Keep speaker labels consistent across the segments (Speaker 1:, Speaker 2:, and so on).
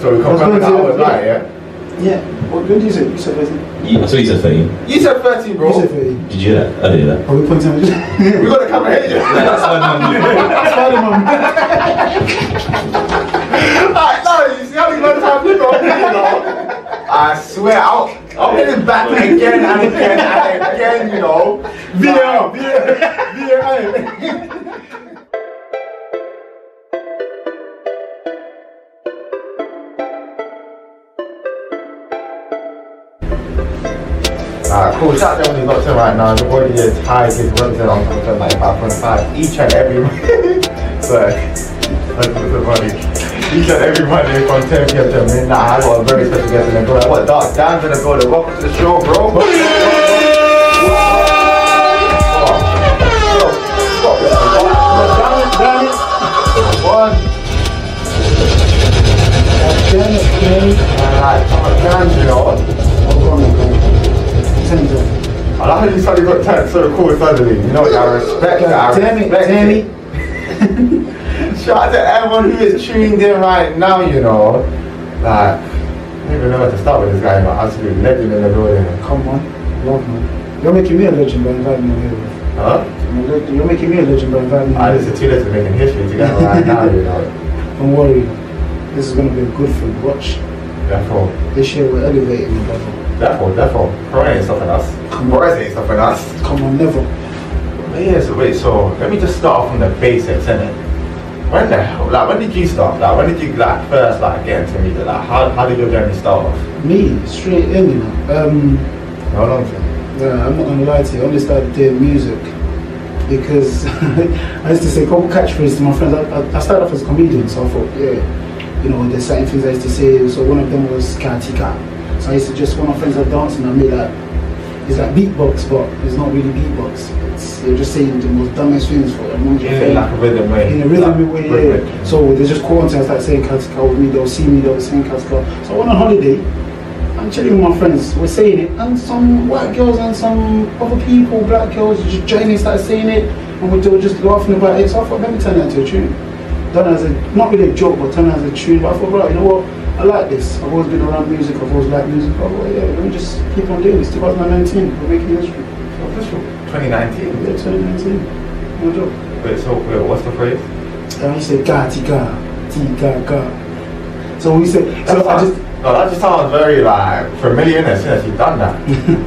Speaker 1: So we come
Speaker 2: That's
Speaker 1: back
Speaker 2: what
Speaker 1: with our
Speaker 2: I'm saying,
Speaker 1: lie,
Speaker 2: yeah.
Speaker 1: yeah?
Speaker 2: Yeah. What did you say? You said thirty.
Speaker 3: You, so you said 13.
Speaker 1: You said 13, bro.
Speaker 2: You said thirty.
Speaker 3: Did you hear that? I did hear that.
Speaker 2: Are we pointing?
Speaker 1: We got a camera here. yeah?
Speaker 3: That's why I'm-
Speaker 2: Spider Man.
Speaker 1: Alright, no, you see how many times I've been on here, you know? I swear, I'll, I'll get it back again and again and again, you know? VAR, VAR, VAR. Ah, cool. Shout out to everyone who's locked in right now. The boy here is high, gives Wednesday on content like 5.5 each and every So, that's the money. Each and every Monday from 10 p.m. to midnight. I got a very special guest in the building. What Dark Dan's in the building. Welcome to the show, bro. Whoa. Whoa. Whoa. One. Alright, I'm a Dan, you know. I like how you suddenly got turned so cool suddenly. You know, I respect that. I
Speaker 2: Damn it,
Speaker 1: respect
Speaker 2: damn
Speaker 1: it. Shout out to everyone who is tuned in right now, you know. Like, I don't even know where to start with this guy, but absolute legend in the building.
Speaker 2: Come on, love man. You're making me a legend by inviting me here. bro.
Speaker 1: Huh?
Speaker 2: I'm a leg- You're making me a legend by inviting me.
Speaker 1: I
Speaker 2: here.
Speaker 1: just the two legends making history together right now, you know.
Speaker 2: Don't worry, this is gonna be a good film. Watch.
Speaker 1: Therefore,
Speaker 2: This year we're elevating the level.
Speaker 1: therefore, therefore, Corona ain't stopping us. Boris ain't stopping us.
Speaker 2: Come on, never.
Speaker 1: But yeah, so wait, so let me just start off from the basics, innit? When the hell, like, when did you start? Like, when did you, like, first, like, get into music? Like, how, how did your journey start off?
Speaker 2: Me, straight in, you know. Um,
Speaker 1: How long did
Speaker 2: Nah, I'm not gonna lie to you. I only started doing music because I used to say couple catchphrases to my friends. I, I, I started off as a comedian, so I thought, yeah, you know, there's certain things I used to say. So one of them was katika. So I used to just when my friends are dancing, I made like it's like beatbox, but it's not really beatbox. It's you're just saying the most dumbest things for among your
Speaker 1: In,
Speaker 2: friends
Speaker 1: like, a rhythm way.
Speaker 2: in a rhythmic
Speaker 1: like,
Speaker 2: way. Yeah. So they just call until I start saying Katika with me, they'll see me, they'll sing Katika. So I went on holiday, I'm chilling with my friends, we're saying it, and some white girls and some other people, black girls, just joining, started saying it, and we- they were just laughing about it. So I thought, let me turn that into a tune. Done as a, not really a joke, but turn it as a tune. But I thought, right, you know what? I like this. I've always been around music, I've always liked music. I thought, yeah, let me just keep on doing this. 2019, we're making history.
Speaker 1: What was this from? 2019?
Speaker 2: Yeah, 2019. No joke.
Speaker 1: Wait, so, wait, what's the phrase?
Speaker 2: And he said, God, Tika, Tika, God. So we said, so I just,
Speaker 1: no, that just sounds very, like, familiar, innit? Since you've done that.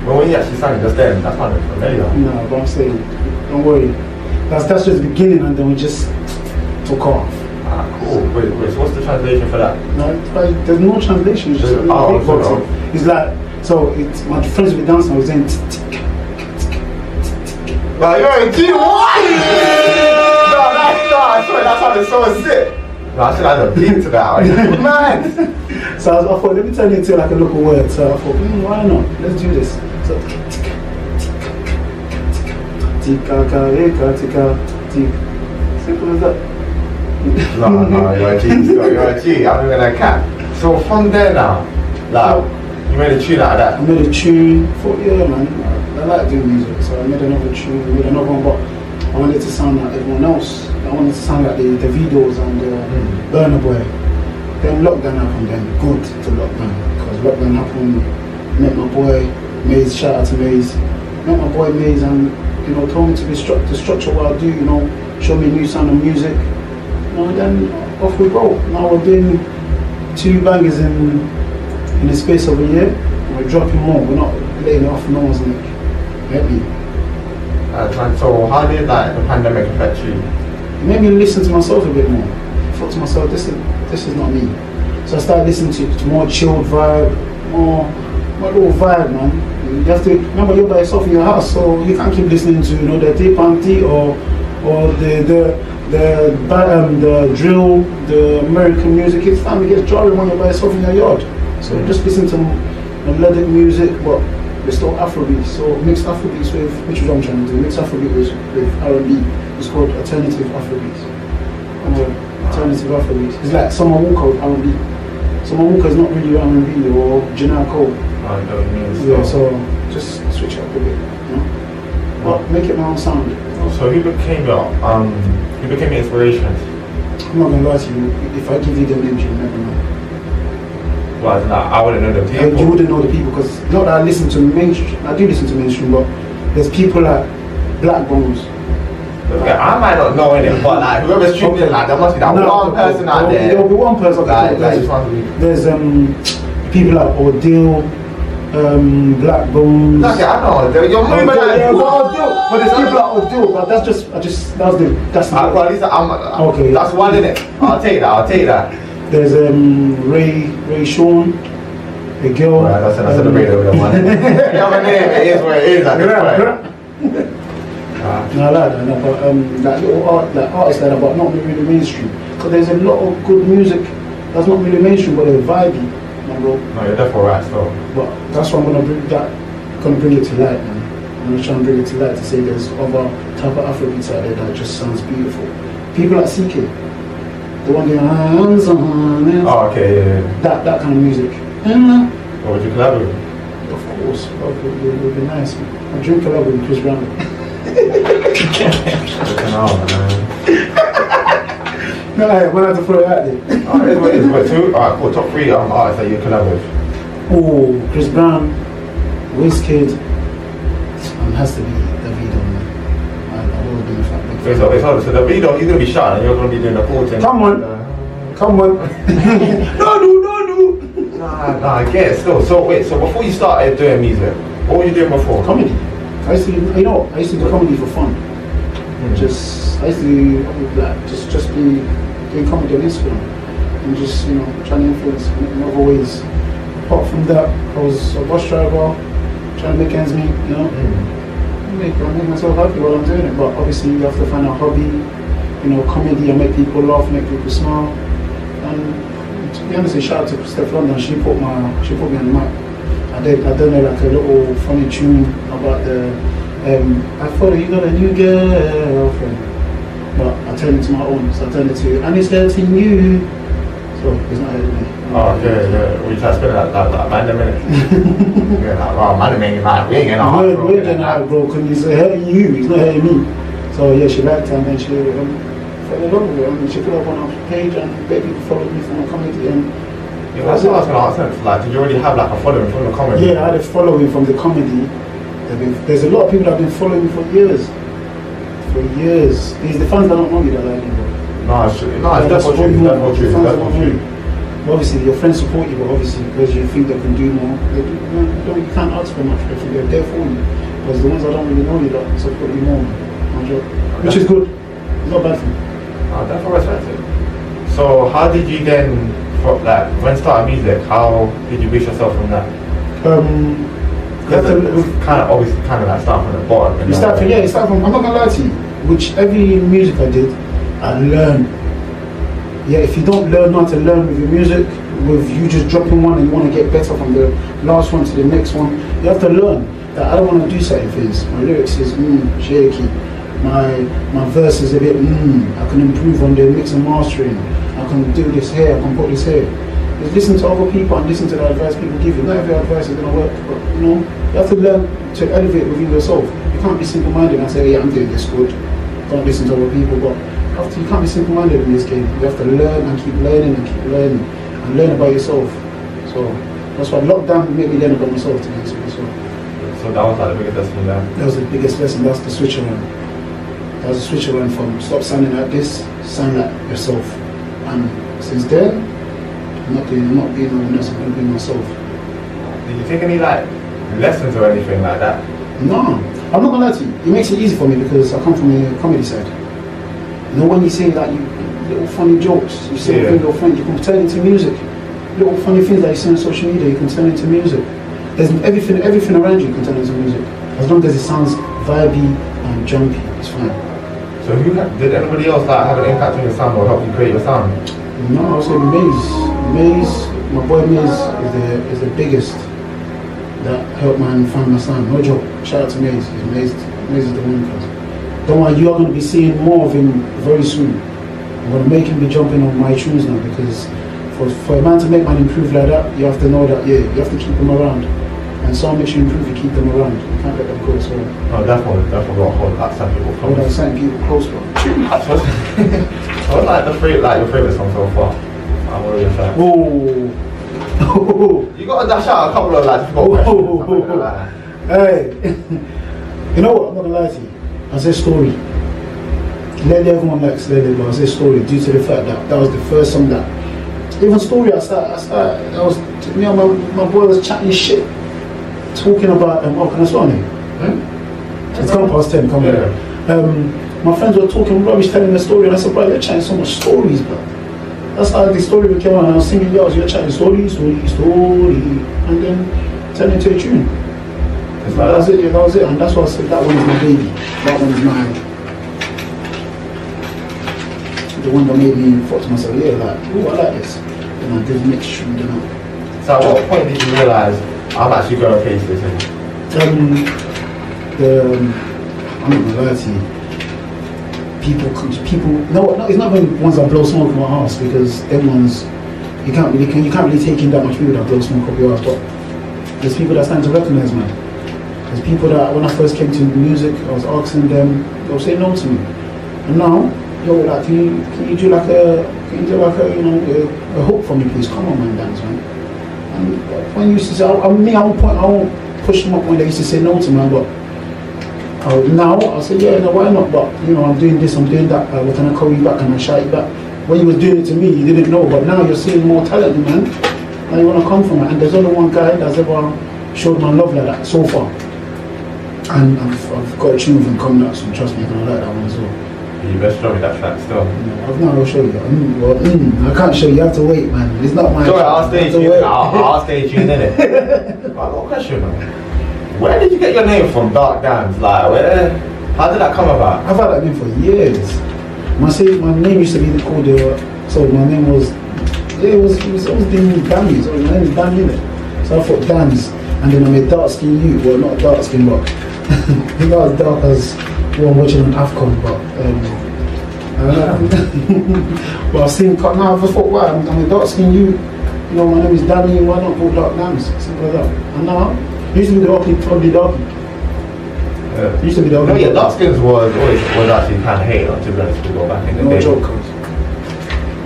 Speaker 1: but when you actually sang it just then, that sounded familiar.
Speaker 2: no, but I'm saying, don't worry. That's, that's just the beginning, and then we just took off.
Speaker 1: Ah, cool. Wait, wait, so what's the translation for that?
Speaker 2: No, it's like, there's no translation, it's just
Speaker 1: Yeah,
Speaker 2: really
Speaker 1: oh,
Speaker 2: big
Speaker 1: sure.
Speaker 2: boxing. It's like, so it's my friends were dancing, I was saying, "Tik, tik, tik, tik."
Speaker 1: Like, yo, G, what? no, that's, no, I swear, that sounded so sick. No, I should have had a beat to that. Like, man.
Speaker 2: so I, was, I thought, let me turn it into like a local word. So I thought, hmm, why not? Let's do this. So, Tika, Tika, Tika, Tika, Tika, Tika. Simple as that.
Speaker 1: No, no, you're a G. So you're a G. I'm gonna cap. So from there now, like you made a tune out
Speaker 2: I
Speaker 1: of that.
Speaker 2: made a tune for yeah man. I, I like doing music, so I made another tune, I made another one, but I wanted to sound like everyone else. I wanted to sound like the the Davidos and the
Speaker 1: Mm.
Speaker 2: Burner Boy. Then lockdown happened, then good to lockdown because lockdown happened. Met my boy Maze, shout out to Maze. Met my boy Maze and you know told me to be stru- to structure what I do. You know, show me a new sound of music. You know, then off we go. Now we're doing two bangers in in the space of a year, we're dropping more. We're not letting it off no one's neck. Maybe.
Speaker 1: Uh, and so how did like the pandemic affect you?
Speaker 2: It made me listen to myself a bit more. I thought to myself, this is this is not me. So I started listening to, to more chilled vibe, more more little vibe, man. You have to remember you're by yourself in your house, so you can't keep listening to you know the tape auntie or or the the the, ba- um, the drill, the American music. It's time it gets jarring when you're by yourself in your yard. So just listen to melodic music, but it's still Afrobeat. So mixed Afrobeats with which is what I'm trying to do. Mixed Afrobeat with, with R&B. It's called alternative Afrobeats. Uh, alternative Afrobeat. It's like Summer Walker with R&B. Summer Walker is not really R&B or Janelle Cole.
Speaker 1: I don't mean
Speaker 2: Yeah, so just switch up a bit. You know? But make it my own sound.
Speaker 1: so who became your um who became your inspiration?
Speaker 2: I'm not gonna lie to you. If I give you the names, you'll never know.
Speaker 1: Well, no, I wouldn't know the
Speaker 2: And
Speaker 1: people.
Speaker 2: you wouldn't know the people because not that I listen to mainstream. I do listen to mainstream, but there's people like Black Bones.
Speaker 1: Okay, I might not know anything, but like whoever's treating it like there must be that one person out there.
Speaker 2: There'll be one person.
Speaker 1: Like,
Speaker 2: there's-
Speaker 1: like, just want to be-
Speaker 2: there's um people like Ordeal, um, Black Bones.
Speaker 1: Okay, I know. There- You're
Speaker 2: Ordeal,
Speaker 1: moving like.
Speaker 2: yeah, but
Speaker 1: Whoa.
Speaker 2: Ordeal- but there's people like Ordeal, but that's just I just that's the that's
Speaker 1: Uh, well,
Speaker 2: the,
Speaker 1: at least I'm. uh,
Speaker 2: Okay.
Speaker 1: That's one in it. I'll take that. I'll take that.
Speaker 2: there's um Ray Ray Sean, a girl.
Speaker 1: Right, that's that's
Speaker 2: um,
Speaker 1: celebrated with the one. Yeah, but then it is what it is. At this
Speaker 2: Yeah, yeah.
Speaker 1: point. Uh,
Speaker 2: No, I like that, no, but um, that little art, that artist that about not really mainstream. Because there's a lot of good music that's not really mainstream, but they're vibey, man, bro.
Speaker 1: no, you're definitely right. So.
Speaker 2: But that's why I'm gonna bring that, gonna bring it to light, man. I'm gonna try and bring it to light to say there's other type of Afrobeats out there that just sounds beautiful. People like CK, the one doing hands on hands,
Speaker 1: Oh, okay. Yeah, yeah.
Speaker 2: that that kind of music. And, uh,
Speaker 1: What would you collaborate? with?
Speaker 2: of course, it would, be nice. Man. I drink a lot with Chris Brown.
Speaker 1: Fucking hell, man.
Speaker 2: No, I went out to throw it out there.
Speaker 1: Oh, it is what it is. What two? All right, cool. Top three um, artists that you collab with.
Speaker 2: Oh, Chris Brown, Wizkid, um, has to be Davido. man. I- I've always been a fan- big
Speaker 1: It's
Speaker 2: fan.
Speaker 1: all. It's all. So the video, you're gonna be shot and you're gonna be doing the full thing.
Speaker 2: Come on. Come on.
Speaker 1: No, no, no, no. Nah, nah. I get it. Still. So wait. So before you started doing music, what were you doing before?
Speaker 2: Comedy. I used to, you know, I used to do comedy for fun. Just, I used to like, just, just be doing comedy on Instagram and just, you know, trying to influence in in other ways. Apart from that, I was a bus driver, trying to make ends meet, you know.
Speaker 1: Mm.
Speaker 2: make, I make myself happy while I'm doing it. But obviously, you have to find a hobby, you know, comedy and make people laugh, make people smile. And to be honest, a shout out to Steph London. She put my she put me on the map. I did I done like a little funny tune about the um, I thought you got a new girlfriend, but I turned it to my own. So I turned it to and it's hurting you. So it's not hurting me.
Speaker 1: Oh, yeah, yeah. We try spinning that, that, that man a minute. We're like, wow, man, a minute, man. We ain't getting a
Speaker 2: I
Speaker 1: hard
Speaker 2: heard we're getting out, bro, because he's hurting you, he's not hurting me. So yeah, she liked him and she um, fell in love with him. And she put up on her page and baby followed me from a comedy. And
Speaker 1: Yeah, that's what I was gonna ask them. Like, did you already have like a following from the comedy?
Speaker 2: yeah, I had a following from the comedy. They've been- There's a lot of people that have been following me for years. For years. It's the fans that don't know me that like me, bro.
Speaker 1: No, it's true. No, it's
Speaker 2: That's
Speaker 1: definitely true.
Speaker 2: what
Speaker 1: That's
Speaker 2: you
Speaker 1: what true. That's
Speaker 2: want. Fans want
Speaker 1: what true.
Speaker 2: you. But Obviously, your friends support you, but obviously, because you think they can do more, they do, no, you, don't, you can't ask for much. They think they're there for you. Because the ones that don't really know you, that support you more, I'm sure. which is good. It's not bad for me.
Speaker 1: No, definitely respect it. So, how did you then, for, like, when started music? How did you reach yourself from that?
Speaker 2: Um, you have
Speaker 1: Because
Speaker 2: to-
Speaker 1: it's kind of always kind of like start from the bottom.
Speaker 2: You start from yeah, you
Speaker 1: years.
Speaker 2: start from. I'm not gonna lie to you. Which every music I did, I learned. Yeah, if you don't learn how to learn with your music, with you just dropping one and you want to get better from the last one to the next one, you have to learn that I don't want to do certain things. My lyrics is mm, shaky. My my verse is a bit mm, I can improve on the mix and mastering. I can do this here. I can put this here. Just listen to other people and listen to the advice people give you. Not every advice is gonna work, but you know you have to learn to elevate within yourself. You can't be single-minded and say, yeah, I'm doing this good don't listen to other people, but after you can't be simple-minded in this game. You have to learn and keep learning and keep learning and learn about yourself. So that's why lockdown made me learn about myself to be honest with you. So
Speaker 1: So that was like the biggest lesson there.
Speaker 2: that was the biggest lesson. That's the switch around. That was the switch around from stop sounding like this, sound like yourself. And since then, I'm not being, I'm not being no one else. I'm going to be myself.
Speaker 1: Did you take any like lessons or anything like that?
Speaker 2: No, I'm not gonna lie to you. It makes it easy for me because I come from a comedy side. You know when you say like you little funny jokes, you say
Speaker 1: Yeah.
Speaker 2: with your friend, you can turn into music. Little funny things that you see on social media, you can turn into music. There's everything, everything around you, you can turn into music. As long as it sounds vibey and jumpy, it's fine.
Speaker 1: So, who did anybody else like have an impact on your sound or help you create your sound?
Speaker 2: No, I would say Maze. Maze, my boy Maze is the is the biggest that helped man find my son. No joke. Shout out to Maze. He's Maze. Maze is the one. cuz. Don't worry, you are gonna be seeing more of him very soon. I'm gonna make him be jumping on my tunes now because for, for a man to make man improve like that, you have to know that yeah, you have to keep them around. And so makes you improve, you keep them around. You can't let them go. So
Speaker 1: No, definitely, definitely got a whole lot of some people
Speaker 2: I would
Speaker 1: from
Speaker 2: have sent people close bro.
Speaker 1: So what's like the favorite, like your favorite song so far? I'm already a fan.
Speaker 2: Oh, Oh,
Speaker 1: You gotta dash out a couple of like difficult
Speaker 2: oh,
Speaker 1: questions.
Speaker 2: oh,
Speaker 1: I'm not gonna
Speaker 2: oh.
Speaker 1: lie.
Speaker 2: Hey, you know what? I'm not gonna lie to you. I said story. Let everyone likes let it, but I said story due to the fact that that was the first song that even story. I started. I started. I was me and my, my boy was chatting shit, talking about um, oh, can I swear on it? It's gone past ten. Come here. Um, my friends were talking rubbish, telling the story, and I said, bro, you're chatting so much stories, bro. That's how the story became, and I was singing, yo, you're chatting story, story, story, and then turn into a tune. It's like, that's it, yeah, that was it. And that's why I said that one is my baby. That one is my the one that made me thought to myself, yeah, like, ooh, I like this. Then I did mix tune, then I
Speaker 1: So at what point did you realise I'm actually gonna face this thing?
Speaker 2: um, the um, I'm not gonna lie to you. People could people no no it's not even ones that blow smoke in my house because them ones you can't really can you can't really take in that much people that blow smoke up your ass but there's people that stand to recognise man. There's people that when I first came to music I was asking them, they'll say no to me. And now, yo like can you can you do like a can you do like a you know a, a hook for me please? Come on man dance man. And when you used to say, I, I mean, I won't point, I won't push them up when they used to say no to me, but uh, now I say, yeah, no, why not? But you know, I'm doing this, I'm doing that. Uh, what can I call you back? Can I shout you back? When you was doing it to me, you didn't know, but now you're seeing more talent, man. Now you want to come from it, and there's only one guy that's ever showed my love like that so far. And I've, I've got a tune with him coming up, so trust me, you're gonna like that one as well.
Speaker 1: You best show me that track still.
Speaker 2: No, I've not. I'll show you. Mm, well, mm, I can't show you. You have to wait, man. It's not my.
Speaker 1: Sorry,
Speaker 2: track.
Speaker 1: I'll stay
Speaker 2: You have to
Speaker 1: tuned.
Speaker 2: wait.
Speaker 1: I'll, I'll stay tuned in it. I've got a question, man. Where did you get your name from, Dark Dams? Like, where? How did that come about?
Speaker 2: I've had that name for years. My say, my name used to be called the so my name was it was it was always been Danny, so my name is Danny innit? So I thought Dan's and then I made dark skin you, well not dark skin but I think I was dark as one watching on AFCON but um I don't know. but I've seen cut now I've just thought wow I'm, I'm a dark skin you, you know my name is Danny, why not call dark Dan's? Simple as that. And now it used to be the ugly ugly darky. It
Speaker 1: Yeah.
Speaker 2: used to be the
Speaker 1: No,
Speaker 2: ugly
Speaker 1: yeah,
Speaker 2: Darky.
Speaker 1: Dark Skins was always was actually kind of hated on, to be honest, to go back in the
Speaker 2: No
Speaker 1: day.
Speaker 2: joke.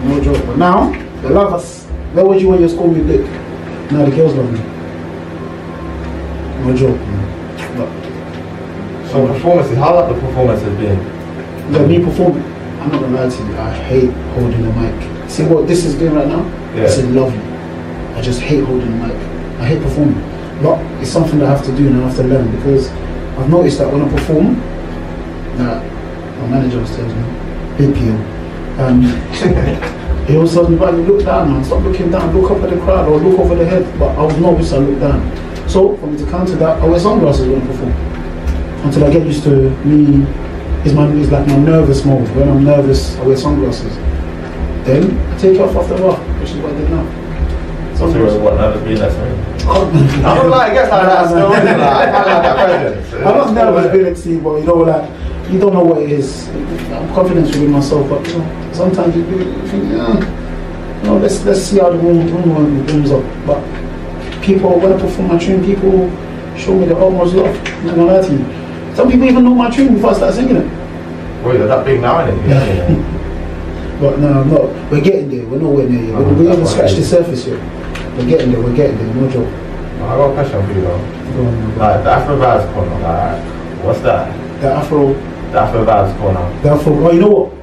Speaker 2: No joke. But now, they love us. Where were you when you school me dick? Now the girls love me. No joke. man. But
Speaker 1: So performances, how have the performance has been?
Speaker 2: the me performing, I'm not gonna lie to you, I hate holding the mic. See what this is doing right now?
Speaker 1: Yeah.
Speaker 2: This is lovely. I just hate holding the mic. I hate performing. But it's something that I have to do and I have to learn because I've noticed that when I perform, that my manager was telling me, big PM, um, He always tells me, "Right, you look down, man. Stop looking down. Look up at the crowd or look over the head." But I was nervous. I looked down. So for me to counter that, I wear sunglasses when I perform until I get used to me. Is my is like my nervous mode. When I'm nervous, I wear sunglasses. Then I take it off after a while, which is what I did now.
Speaker 1: So
Speaker 2: Sunglasses.
Speaker 1: what has been that
Speaker 2: I'm
Speaker 1: I don't like. I guess I like still. innit? Like, I can't like that question.
Speaker 2: not nervous, ability, but you know, like you don't know what it is. I'm confident within myself, but you know, sometimes you, do, you think, yeah. No, let's let's see how the room room rooms up. But people when I perform my tune, people show me the utmost love. I'm not gonna lie to you. Some people even know my tune before I start singing it.
Speaker 1: Wait, you're that big now, innit?
Speaker 2: Yeah.
Speaker 1: Yeah.
Speaker 2: But no, no, we're getting there. We're nowhere near yet.
Speaker 1: Oh,
Speaker 2: we we haven't
Speaker 1: that's
Speaker 2: scratched the
Speaker 1: right.
Speaker 2: surface yet. We're getting there. We're getting there. No joke.
Speaker 1: I got a question for you though.
Speaker 2: Go on, man.
Speaker 1: Like the Afro Vibes corner, like what's that?
Speaker 2: The Afro,
Speaker 1: The Afro Vibes corner.
Speaker 2: the Afro. Oh, you know what?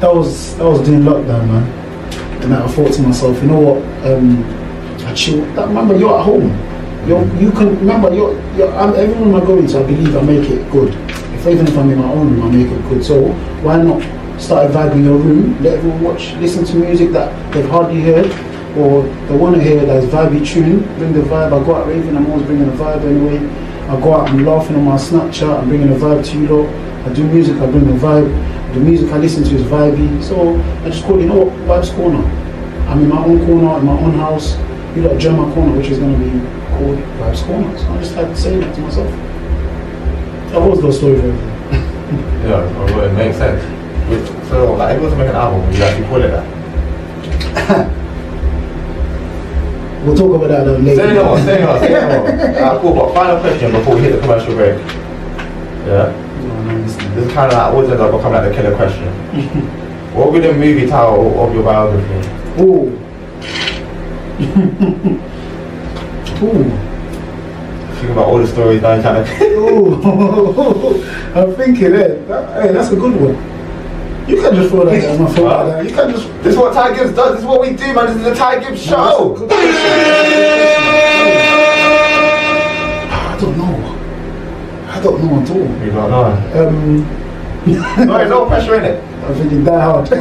Speaker 2: That was that was during lockdown, man. And I thought to myself, you know what? Um, I chill. That, remember, you're at home. You're, you can remember. um, You're, you're, I'm, everyone I go into, I believe I make it good. If even if I'm in my own room, I make it good. So why not start vibing your room? Let everyone watch, listen to music that they've hardly heard, or they want to hear that's vibey tune. Bring the vibe. I go out raving. I'm always bringing a vibe anyway. I go out. I'm laughing on my Snapchat. I'm bringing a vibe to you lot. I do music. I bring the vibe. The music I listen to is vibey. So I just call it, you know what? Vibes corner. I'm in my own corner, in my own house. You got German corner, which is going to be called Vibes Corner. So I just like saying that to myself. I've always got a story for everything.
Speaker 1: Yeah, so it makes sense. Which- So like, if you was to make an album, would you actually call it that?
Speaker 2: We'll talk about that um, later.
Speaker 1: Say no more, say no more, say no more. Alright, cool. But final question before we hit the commercial break. Yeah,
Speaker 2: No, no, it's not.
Speaker 1: this is kind of like always ends up becoming like the killer question. what would be the movie title of your biography?
Speaker 2: Oh, Ooh,
Speaker 1: Think about all the stories that I had.
Speaker 2: ooh. I'm thinking, eh, that, hey, that's a good one. You can just throw that down my throw that
Speaker 1: Huh?
Speaker 2: down.
Speaker 1: You can't just. This is what Ty Gibbs does. This is what we do, man. This is the Ty Gibbs show.
Speaker 2: That's a good question. I don't know. I don't know at all.
Speaker 1: You don't know.
Speaker 2: Um,
Speaker 1: no, there's no pressure in it.
Speaker 2: I'm thinking that hard.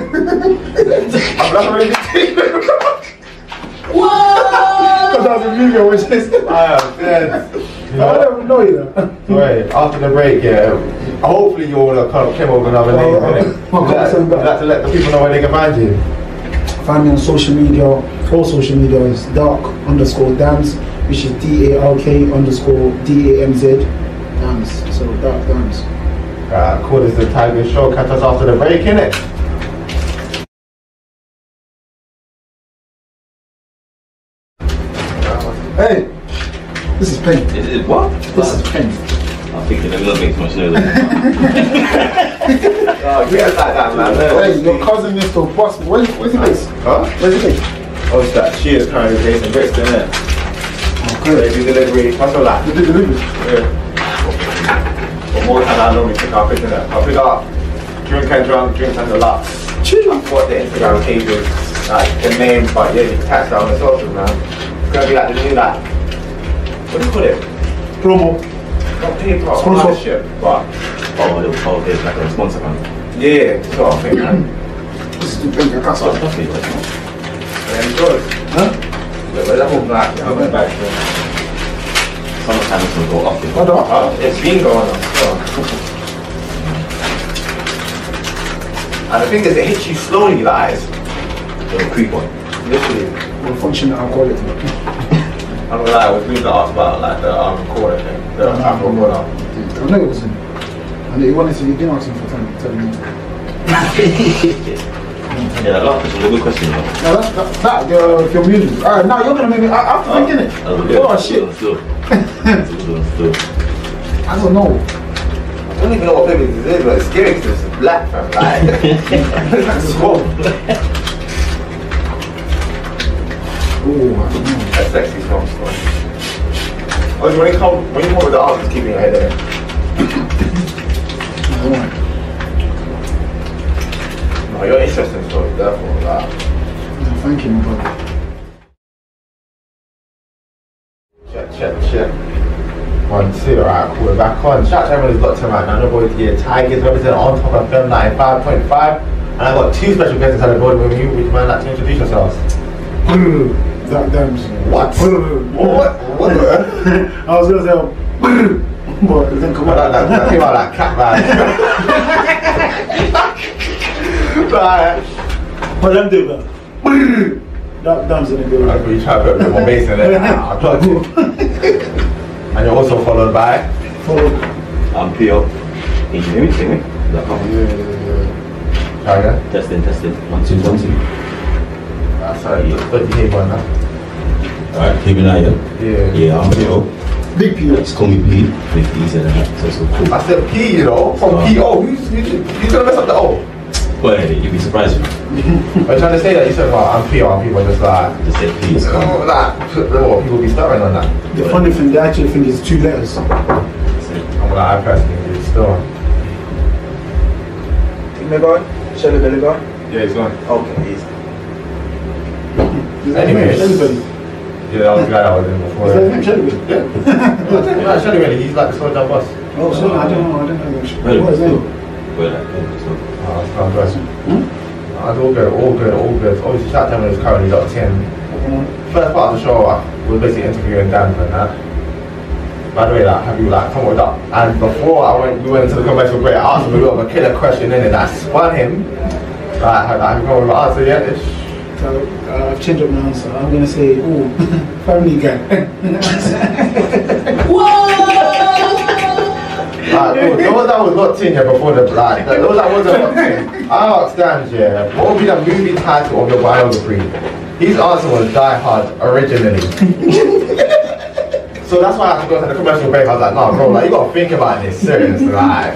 Speaker 1: I'm not really.
Speaker 2: Because I was in Libya, which is I
Speaker 1: I am dead. You know?
Speaker 2: don't know you. know.
Speaker 1: Right, after the break, yeah. Hopefully you all have come, came over another name,
Speaker 2: Oh,
Speaker 1: innit?
Speaker 2: oh,
Speaker 1: You'd like-
Speaker 2: oh,
Speaker 1: you'd like to let the people know where they can find you.
Speaker 2: Find me on social media. All social media is dark underscore dams, which is D A R K underscore D A M Z dams. So dark dams.
Speaker 1: Alright, cool, this is the Tiger Show. Catch us after the break, innit?
Speaker 2: Hey, this is pain.
Speaker 3: Is it what?
Speaker 2: This is pain.
Speaker 3: I'm thinking they're gonna make too much noise.
Speaker 1: Oh, get us like that,
Speaker 2: Hey, your cousin used to bust. Where, where's he based?
Speaker 1: Huh?
Speaker 2: Where's he based?
Speaker 1: Oh, it's that. She is currently based in Brixton, innit?
Speaker 2: Okay.
Speaker 1: They do delivery. What's all that?
Speaker 2: You did delivery.
Speaker 1: Yeah. But more time I normally pick up, isn't it? I pick up drink and drunk, drink and a lot.
Speaker 2: Chill.
Speaker 1: What the Instagram page is, like the name, but yeah, you can catch that on the socials, man. It's gonna be like the new, like, what do you call it?
Speaker 2: Promo.
Speaker 1: Not paper,
Speaker 2: Sponsor.
Speaker 1: partnership, but
Speaker 3: oh, they'll call this like a sponsor man.
Speaker 1: yeah, sort of thing, man.
Speaker 2: This is the pain. I
Speaker 3: Oh,
Speaker 2: can't stop.
Speaker 3: it's lovely. Like,
Speaker 1: And enjoy.
Speaker 2: Huh?
Speaker 1: But that whole black, I'm going back to it.
Speaker 3: sometimes it's gonna go up. you know.
Speaker 2: Hold on.
Speaker 1: Oh, it's been going on. so. And the thing is, it hits you slowly, guys.
Speaker 3: It'll creep on.
Speaker 1: Literally.
Speaker 2: Malfunction alcoholic.
Speaker 1: I'm gonna lie, we need to ask about like the um, recorder thing, the um, recorder.
Speaker 2: I know it was him. And he wanted to, he didn't ask him for time, telling me.
Speaker 3: Yeah, that last question was a good question. though.
Speaker 2: No, that's that, that your, your music. Alright, now you're gonna make me. I, I'm thinking it.
Speaker 3: That was a good
Speaker 2: Oh
Speaker 3: one.
Speaker 2: shit!
Speaker 3: That was good. That was good.
Speaker 2: I don't know.
Speaker 1: I don't even know what baby this is, but it's scary because it's black, fam. Like, it's swamp.
Speaker 2: Ooh, Oh, I don't know.
Speaker 1: That's sexy swamp, swamp. Oh, when you come, when you come with the arms, just keep your head there.
Speaker 2: I don't know.
Speaker 1: No, you're interesting story, therefore, like,
Speaker 2: No, thank you, my brother.
Speaker 1: check, check, check. One, two, alright, cool, we're back on. Shout out to everyone who's got to my Nano Boy here, Tigers, represented on top of FM 95.5. And I've got two special guests inside the board with you, would you mind like to introduce yourselves?
Speaker 3: Hmm.
Speaker 2: Brrr, that damns.
Speaker 1: What?
Speaker 2: Brrr.
Speaker 1: What? What?
Speaker 2: I was gonna say, brrr, but it didn't come
Speaker 1: Well, that,
Speaker 2: out.
Speaker 1: that came out like cat man. but
Speaker 2: But them did that. Brrr, that damns in the building.
Speaker 1: uh, you try to put a bit more bass in there. Ah, I plugged it. And you're also followed by.
Speaker 2: Follow.
Speaker 3: I'm Pio. Can you hear me? Can you hear me? That
Speaker 1: Yeah,
Speaker 3: one.
Speaker 1: yeah, yeah. Try again.
Speaker 3: Testing, testing. One, two, one, two.
Speaker 1: Ah, sorry, you thought you hit one now.
Speaker 3: Alright, keep an eye out.
Speaker 1: Yeah.
Speaker 3: Yeah, I'm Pio.
Speaker 2: Big P.
Speaker 3: Just call me P. If he said that, so it's all cool.
Speaker 1: I said P, oh, you know, from
Speaker 3: Uh.
Speaker 1: PO. Who's, who's, who's gonna mess up the O?
Speaker 3: But hey, you'd be surprised if
Speaker 1: Are you trying to say that? You said, well, I'm PO, and people are just like,
Speaker 3: I just said P. It's
Speaker 1: oh,
Speaker 3: fine.
Speaker 1: like, oh, people be stuttering on that.
Speaker 2: The funny thing, they actually think it's two letters.
Speaker 1: I'm like, I personally do, still.
Speaker 4: Megan, Shall we Megan?
Speaker 1: Yeah, he's gone.
Speaker 4: Okay, he's
Speaker 1: Anyways.
Speaker 2: Anybody.
Speaker 1: Yeah, that was the guy that was in before.
Speaker 2: Is that him, Shelby?
Speaker 1: Yeah. no, Shelley really, he's like the soldier boss.
Speaker 2: Oh, so I don't know, I don't know.
Speaker 3: Really?
Speaker 2: What is that?
Speaker 3: Well, like, yeah, it's not-
Speaker 1: Oh, it's not good. Nah, it's all good, all good, all good. Obviously, Chat Demon is currently locked in. First part of the show, uh, we're basically interviewing Dan and that. By the way, like, have you like come up with that? And before I went, we went into the commercial break, I asked him a bit of a killer question in it. I spun him. Like, have, have you come up with an answer yet? It's,
Speaker 2: So uh, I've changed up my answer. I'm gonna say, oh, Family Guy.
Speaker 1: like, those, those Ah, that was locked in yeah, before the like, those that wasn't locked in. I asked Dan, yeah, what would be the movie title of your biography? His answer was Die Hard originally. so that's why I had to go to the commercial break. I was like, no, bro, like you gotta think about this serious, like.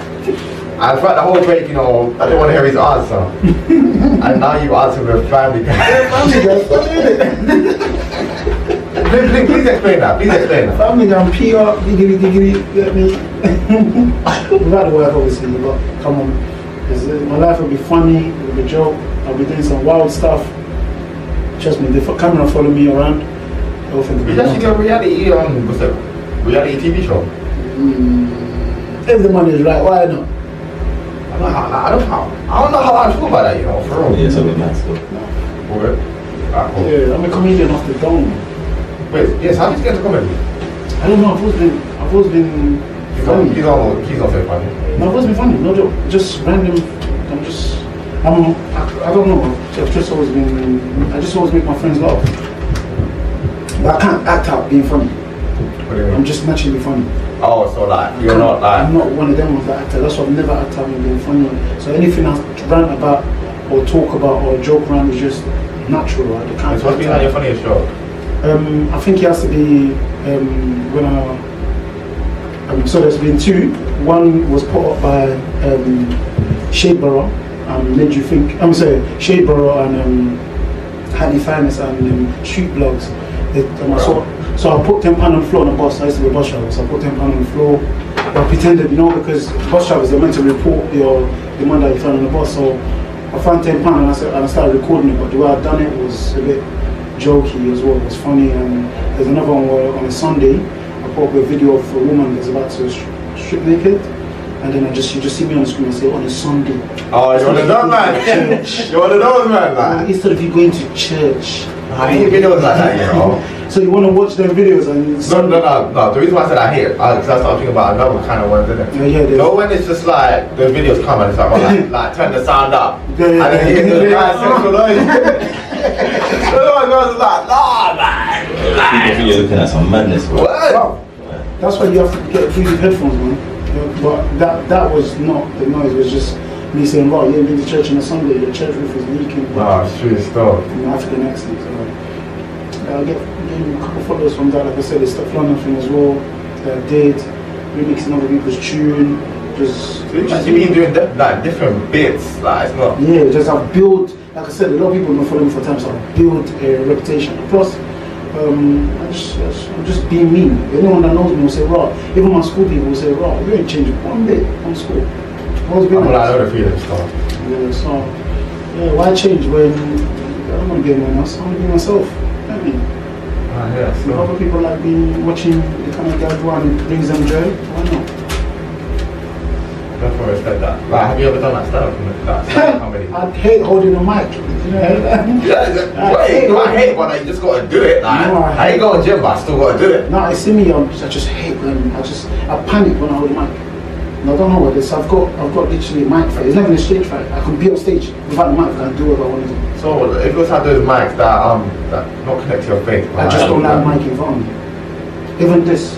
Speaker 1: And throughout the whole break, you know, I didn't want to hear his answer. and now you answer with Family Guy.
Speaker 2: Family Guy, funny, isn't it?
Speaker 1: Please, please, please explain that. Please explain that.
Speaker 2: Family down PR, diggity diggity, you get me? Without work obviously, but come on. 'Cause, uh, My life will be funny, it'll be joke, I'll be doing some wild stuff. Trust me, the f- camera follow me around. They'll think
Speaker 1: We
Speaker 2: I'm
Speaker 1: just
Speaker 2: mad.
Speaker 1: did a reality um what's that? Reality TV show.
Speaker 2: If the money is right, why not?
Speaker 1: I don't know how I don't how I don't know how I feel about that, you know, for real.
Speaker 3: Yeah, so we might still.
Speaker 1: Word. Ah, cool.
Speaker 2: Yeah, I'm a comedian off the dome.
Speaker 1: Wait, yes, how did you get to comedy?
Speaker 2: I don't know, I've always been, I've always been
Speaker 1: He's on
Speaker 2: funny.
Speaker 1: he's on he's on funny.
Speaker 2: No, it wasn't funny. No joke. Just random. I'm just. I'm. I, I don't know. I've just always been. I just always make my friends laugh. But I can't act out being funny.
Speaker 1: What do you
Speaker 2: I'm
Speaker 1: mean?
Speaker 2: just naturally funny.
Speaker 1: Oh, so like you're
Speaker 2: Can't-
Speaker 1: not
Speaker 2: I'm
Speaker 1: like
Speaker 2: not one of them ones that act out. That's why I've never act out and been funny. So anything I rant about or talk about or joke around is just natural. I can't.
Speaker 1: it's what's been
Speaker 2: act out.
Speaker 1: like your funniest show?
Speaker 2: Um, I think it has to be um, when I. Um, so there's been two. One was put up by um, Shadeborough and made you think. I'm sorry, Shadeborough and um, Hattie Finance and um, Street Blogs. They, um, I saw, so I put them on the floor on the bus. I used to be a bus driver, so I put them on the floor. I pretended, you know, because bus drivers they're meant to report your the money that you found on the bus. So I found ten pound and I said, and I started recording it. But the way I done it was a bit jokey as well. It was funny. And there's another one where on a Sunday I put up a video of a woman that's about to stri- strip naked, and then I just you just see me on the screen and say on a Sunday.
Speaker 1: Oh, you're the dog man.
Speaker 2: Church.
Speaker 1: You're the dog man,
Speaker 2: Uh,
Speaker 1: like.
Speaker 2: instead of you going to church.
Speaker 1: Ah. I hate videos like that, you know.
Speaker 2: So you want to watch their videos and
Speaker 1: No, no, no, no. The reason why I said I hate it, uh, 'cause I started thinking about another kind of ones, didn't it?
Speaker 2: Yeah, yeah, there's-
Speaker 1: No, when it's just like the videos come and it's like, oh, like, like turn the sound up.
Speaker 2: Yeah, yeah,
Speaker 1: and then you hear the
Speaker 2: yeah.
Speaker 1: guy sexual noise. So the other girls is like, nah, man.
Speaker 3: People you're looking at some madness, bro.
Speaker 1: What?
Speaker 2: That's why you have to get Bluetooth headphones, man. Yeah, But that that was not the noise. It was just me saying, "Right, you ain't been to church on a Sunday. The church roof is leaking."
Speaker 1: Nah, shit, stop.
Speaker 2: An African accent. So. I get getting a couple followers from that. Like I said, the stuff London thing as well. That I did remixing other people's tune. Just
Speaker 1: So you just you been doing di- like different bits, like it's not.
Speaker 2: yeah, just I've built, like I said, a lot of people know follow me for time, so I've built a reputation. Plus, um, I just, I just- I'm just being mean. Anyone that knows me will say, raw. Even my school people will say, raw, you ain't changed one bit from school. I've always
Speaker 1: I'm
Speaker 2: been
Speaker 1: like,
Speaker 2: like
Speaker 1: I
Speaker 2: that.
Speaker 1: know the feeling, stop.
Speaker 2: Yeah, so, yeah, why change when I don't want to be anyone else? I want to be myself. I mean,
Speaker 1: Ah, yeah,
Speaker 2: if
Speaker 1: stop.
Speaker 2: other people like me watching the kind of guy who and it brings them joy, why not?
Speaker 1: That's why I said that. Like, have you ever done that stand-up comedy? That stand-up comedy?
Speaker 2: I hate holding a mic. You know?
Speaker 1: Yeah, it's- well, it ain't- I hate, but like, you just gotta do it. Like,
Speaker 2: No, I
Speaker 1: I ain't going to gym, but I still gotta do it.
Speaker 2: Now I see me, I'm, I just hate when I just, I panic when I hold a mic. And I don't know what this, I've got, I've got literally a mic fight. It's not even a stage fight. I can be on stage without a mic, I can do what I want to do.
Speaker 1: So if you had those mics that um that not connect to your face,
Speaker 2: I just don't like mic in front of me. Even this,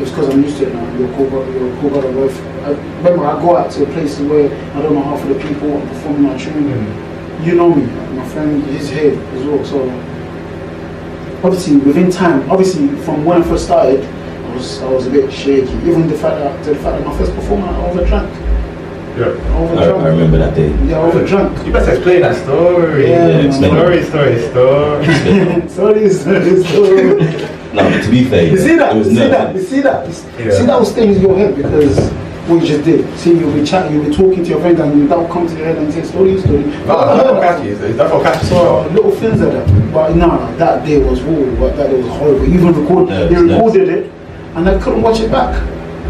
Speaker 2: it's because I'm used to it now. You're cool, but you're cool, but I remember I go out to places where I don't know half of the people, I'm performing my tune.
Speaker 1: Hmm.
Speaker 2: You know me, my friend, he's here as well. So obviously, within time, obviously from when I first started, I was I was a bit shaky. Even the fact that to the fact that my first performance, I overdrank,
Speaker 1: Yeah.
Speaker 2: I
Speaker 3: I, I
Speaker 2: overdrank,
Speaker 3: remember that day.
Speaker 2: yeah, I overdrank.
Speaker 1: You best explain that story.
Speaker 2: Yeah,
Speaker 3: Yeah, explain.
Speaker 1: Story, story, story.
Speaker 2: sorry, sorry, sorry.
Speaker 3: No, but to be fair,
Speaker 2: You
Speaker 3: yeah,
Speaker 2: see that?
Speaker 3: it
Speaker 2: You
Speaker 3: was
Speaker 2: see
Speaker 3: nerve-
Speaker 2: that? You see that? You
Speaker 1: Yeah.
Speaker 2: See those things in your head because what you just did. See, you'll be chatting, you'll be talking to your friend, and that'll come to your head and say, story, story.
Speaker 1: no, that's what catchy. is. That's what catchy.
Speaker 2: So
Speaker 1: So,
Speaker 2: little things like that. But no, no, that day was whoa, but that day was horrible. Even record,
Speaker 3: Yeah,
Speaker 2: they
Speaker 3: it's nuts.
Speaker 2: recorded it, and I couldn't watch it back.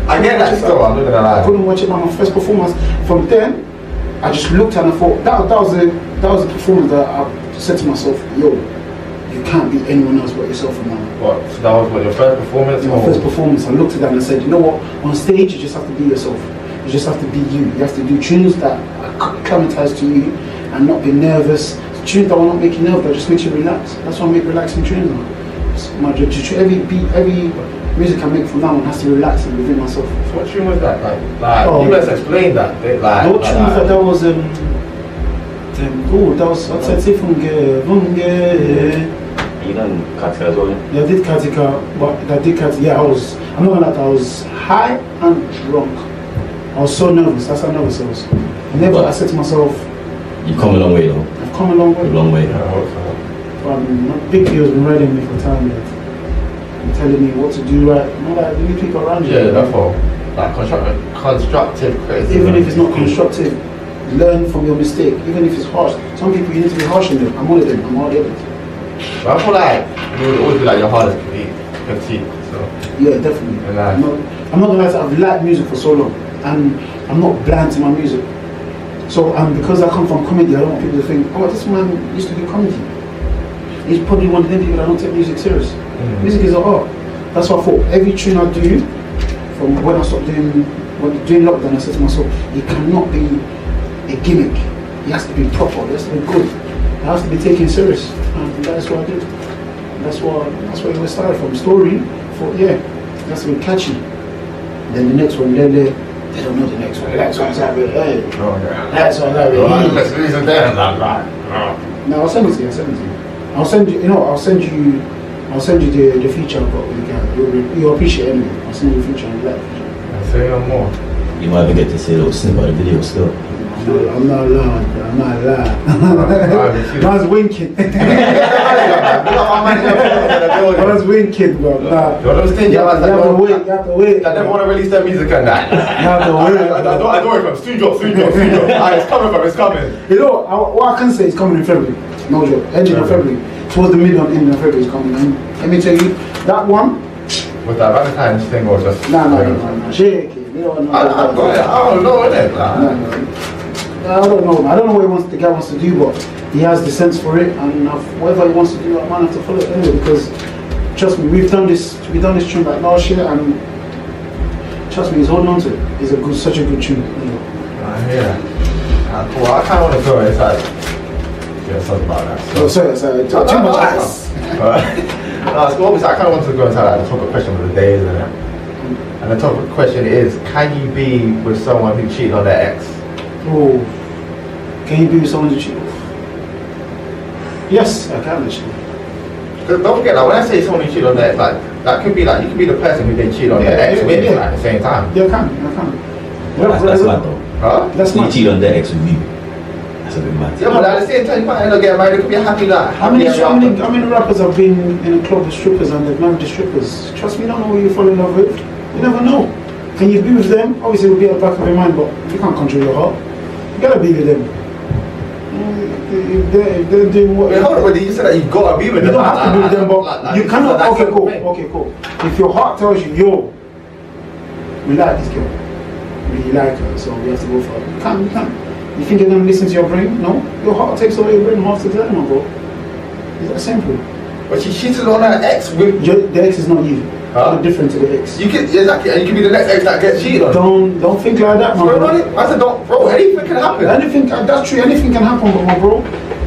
Speaker 1: I get that still. I'm not gonna
Speaker 2: I
Speaker 1: lie.
Speaker 2: couldn't watch it by my first performance. From then, I just looked and I thought that, that was the that was the performance that I said to myself, yo, you can't be anyone else but yourself in my life.
Speaker 1: What? So that was what your first performance.
Speaker 2: my
Speaker 1: or-
Speaker 2: first performance, I looked at that and I said, you know what, on stage you just have to be yourself. You just have to be you. You have to do tunes that are c- acclimatized to you and not be nervous. Tunes that will not make you nervous, that just makes you relax. That's why I make relaxing tunes now. It's My, ju- ju- every beat, every music I make from now on has to relax and within myself.
Speaker 1: Oh, So what tune was that? Like, like
Speaker 2: Oh.
Speaker 1: you best explain that. Bit, like,
Speaker 2: No
Speaker 1: like,
Speaker 2: tune
Speaker 1: like-
Speaker 2: for that was um, um oh that was what's that say Funge Funge
Speaker 3: You done Katka as well, yeah?
Speaker 2: Yeah, I did Katika, but that did Katika, yeah, I was, I'm not gonna lie, I was high and drunk. I was so nervous, that's how nervous I was. I never, I said to myself,
Speaker 3: You've come a long way, though.
Speaker 2: I've come a long
Speaker 3: A
Speaker 2: way.
Speaker 3: long way.
Speaker 1: Yeah, I hope so.
Speaker 2: Um, my big deal's been riding me for time, yet. and telling me what to do right. You know, like you need people around you.
Speaker 1: Yeah, that's all. Like constructive, constructive criticism.
Speaker 2: Even if it's not constructive, learn from your mistake. Even if it's harsh, some people you need to be harsh on them. I'm one of them. I'm hard headed.
Speaker 1: But I feel like you would always be like your hardest critique. critique so.
Speaker 2: Yeah, definitely.
Speaker 1: And I-
Speaker 2: I'm not, I'm not gonna lie. to you, I've liked music for so long, and I'm not blind to my music. So, and because I come from comedy, I don't want people to think, oh, this man used to do comedy. He's probably one of them people that don't take music serious. Music is an art. That's what I thought. Every tune I do, from when I stopped doing when doing lockdown, I said to myself, it cannot be a gimmick. It has to be proper. It has to be good. It has to be taken serious. And that's what I did. That's what that's where it was started from. Story for yeah, that's been catchy. Then the next one, then they, they don't know the next one. The next one's like, hey,
Speaker 1: Oh, yeah.
Speaker 2: that's one, that
Speaker 1: Well,
Speaker 2: hey.
Speaker 1: that's the reason there, that, that.
Speaker 2: No, I'll send it to you. I'll send it to you. I'll send you. You know, I'll send you. I'll send you the, the feature I've got with the guy. You'll, re- you'll appreciate it anyway. I'll send you the feature and like feature.
Speaker 1: Say no more.
Speaker 5: You might even get to see a little snippet of the video still.
Speaker 2: I'm not lying. bro. I'm not lying. Man's winking. Man's winking, bro. Nah.
Speaker 1: You understand?
Speaker 2: You
Speaker 1: Yeah,
Speaker 2: have,
Speaker 1: I
Speaker 2: you have to
Speaker 1: don't,
Speaker 2: wait. You have to wait.
Speaker 1: I don't want to release that music and that.
Speaker 2: You have
Speaker 1: I,
Speaker 2: to
Speaker 1: I,
Speaker 2: wait.
Speaker 1: I, don't, I don't worry, fam. Soon drop, soon drop, soon drop. Ah, it's coming, fam. It's coming.
Speaker 2: You know, I, what I can say is coming in February. No joke. Ending of
Speaker 1: February.
Speaker 2: February. Towards the middle and end of February is coming. And let me tell you, that one.
Speaker 1: With that Valentine's thing or just?
Speaker 2: Nah, nah, nah, nah, nah. Shake it. They don't know.
Speaker 1: I, I, don't, I don't know, innit?
Speaker 2: No,
Speaker 1: Nah.
Speaker 2: no. I don't know. I don't know what he wants, the guy wants to do, but he has the sense for it, and I've- whatever he wants to do, I might have to follow it anyway. Because trust me, we've done this. We done this tune like last year, and trust me, he's holding on to it. It's a good, such a good tune. you know.
Speaker 1: I hear that. Ah, cool. I kind of want to go inside. Yeah, something about that.
Speaker 2: Oh,
Speaker 1: So.
Speaker 2: sorry, sorry. Too, too much ice.
Speaker 1: no, it's Uh, obviously I kind of want to go into like, the topic question of the day, isn't it? And the topic question is, can you be with someone who cheated on their ex?
Speaker 2: Oh, can you be with someone to cheat? Yes, I can actually.
Speaker 1: 'Cause don't forget, like when I say someone who cheated on their ex, like that could be like you could be the person who they cheated on their
Speaker 2: Yeah,
Speaker 1: ex
Speaker 2: yeah,
Speaker 1: with
Speaker 2: yeah.
Speaker 1: like, at the same time.
Speaker 2: Yeah, I can. I can.
Speaker 5: That's, E that's mad though.
Speaker 1: Huh?
Speaker 2: That's
Speaker 5: You
Speaker 2: mad.
Speaker 5: cheat on that ex with me. That's a bit mad.
Speaker 1: Yeah, but at the same time, you might end up getting married. It could be a happy life.
Speaker 2: How many, how, many, how many rappers have been in a club with strippers and they've married the strippers? Trust me, you don't know who you fall in love with. You never know. Can you be with them? Obviously, it will be at the back of your mind, but you can't control your heart. You gotta be with them. Mm, If they're, if they're doing what.
Speaker 1: Wait, hold on, but you said that you've got to be with
Speaker 2: You
Speaker 1: them.
Speaker 2: don't have to be with them,
Speaker 1: Like,
Speaker 2: but
Speaker 1: like,
Speaker 2: you
Speaker 1: so
Speaker 2: cannot.
Speaker 1: that's
Speaker 2: Okay,
Speaker 1: the
Speaker 2: cool.
Speaker 1: thing.
Speaker 2: Okay, cool. If your heart tells you, yo, we like this girl, we like her, so we have to go for her. You can't. You can't. You think you're gonna listen to your brain? No. Your heart takes away your brain half the time, my bro. It's that simple.
Speaker 1: But she cheated on her ex with
Speaker 2: Your, the ex is not you.
Speaker 1: Huh?
Speaker 2: You're different to the ex.
Speaker 1: you. Can, exactly, and you could be the next ex that gets cheated on.
Speaker 2: Don't don't think like that, my
Speaker 1: Bro,
Speaker 2: bro.
Speaker 1: I said, don't, bro, anything can happen.
Speaker 2: Anything can, that's true. Anything can happen, but my bro,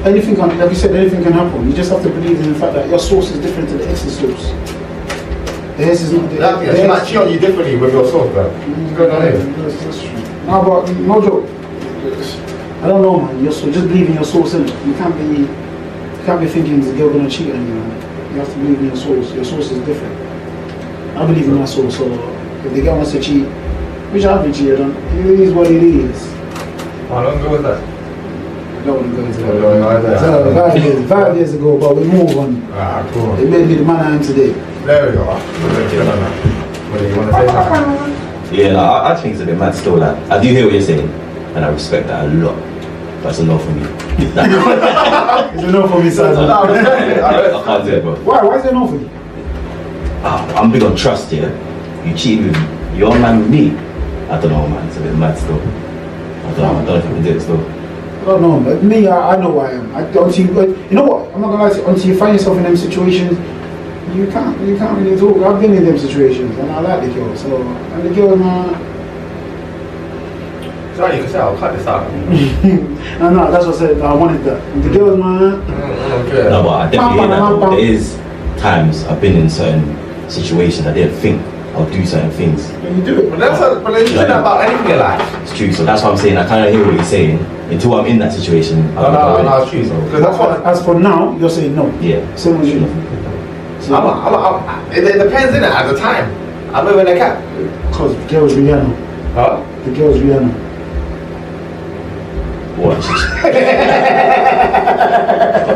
Speaker 2: anything can. Like you said, anything can happen. You just have to believe in the fact that your source is different to the ex's source. The ex is not the,
Speaker 1: Exactly,
Speaker 2: the
Speaker 1: she
Speaker 2: ex-
Speaker 1: might cheat on you differently with your source, bro. What's going on here?
Speaker 2: That's, that's true. No, but no joke. I don't know, man. Your soul, just believe in your source, innit? You can't be, you can't be thinking the girl gonna cheat on you. Man. You have to believe in your source. Your source is different. I believe in my source. So if the girl wants to cheat, which I've been cheated on, it is what it is.
Speaker 1: How long ago was that?
Speaker 2: I don't want to go into
Speaker 1: How
Speaker 2: that.
Speaker 1: long ago was
Speaker 2: So
Speaker 1: that?
Speaker 2: five years, five years ago, but we move on.
Speaker 1: Ah, cool.
Speaker 2: It made me the man I am today.
Speaker 1: There we go. What do you want to say? Sam?
Speaker 5: Yeah, no, I, I think it's a bit mad still. Like, I do hear what you're saying, and I respect that a lot. But it's a no for me.
Speaker 2: It's enough for me,
Speaker 1: No,
Speaker 2: sir.
Speaker 1: I respect it, I
Speaker 5: I
Speaker 1: respect
Speaker 5: can't do it, bro.
Speaker 2: Why? Why is it enough for you?
Speaker 5: Ah, I'm big on trust here. You cheated with your man with me. I don't know, man. It's a bit mad still. I don't know. I don't know if I can do it still.
Speaker 2: I don't know, but me, I, I know who I am. I, until you, but you know what? I'm not gonna lie to you. Until you find yourself in them situations, you can't, you can't really talk. I've been in them situations, and I like the girl. So, and the girl, man,
Speaker 1: it. Sorry, you can say I'll cut this out.
Speaker 2: no, no, that's what I said. I wanted that. And the girl, man,
Speaker 1: Okay.
Speaker 5: No, but I definitely hear
Speaker 2: Bam, bam,
Speaker 5: that.
Speaker 2: bam,
Speaker 5: Though.
Speaker 2: bam.
Speaker 5: There is times I've been in certain situations I didn't think I'll do certain things.
Speaker 2: when you do it,
Speaker 1: But that's a, but you shouldn't about anything in life.
Speaker 5: It's true. So that's what I'm saying. I kind of hear what you're saying. Until I'm in that situation,
Speaker 1: No,
Speaker 5: I
Speaker 1: no,
Speaker 5: don't
Speaker 1: no,
Speaker 5: know.
Speaker 1: no, it's true. Because that's what
Speaker 2: as for now, you're saying no.
Speaker 5: Yeah.
Speaker 2: Same with you.
Speaker 1: I'm, I'm, I'm, it, it depends in it at the time. I'm not even a cat.
Speaker 2: Because the girl's Rihanna.
Speaker 1: Huh?
Speaker 2: The girl's Rihanna.
Speaker 5: Watch.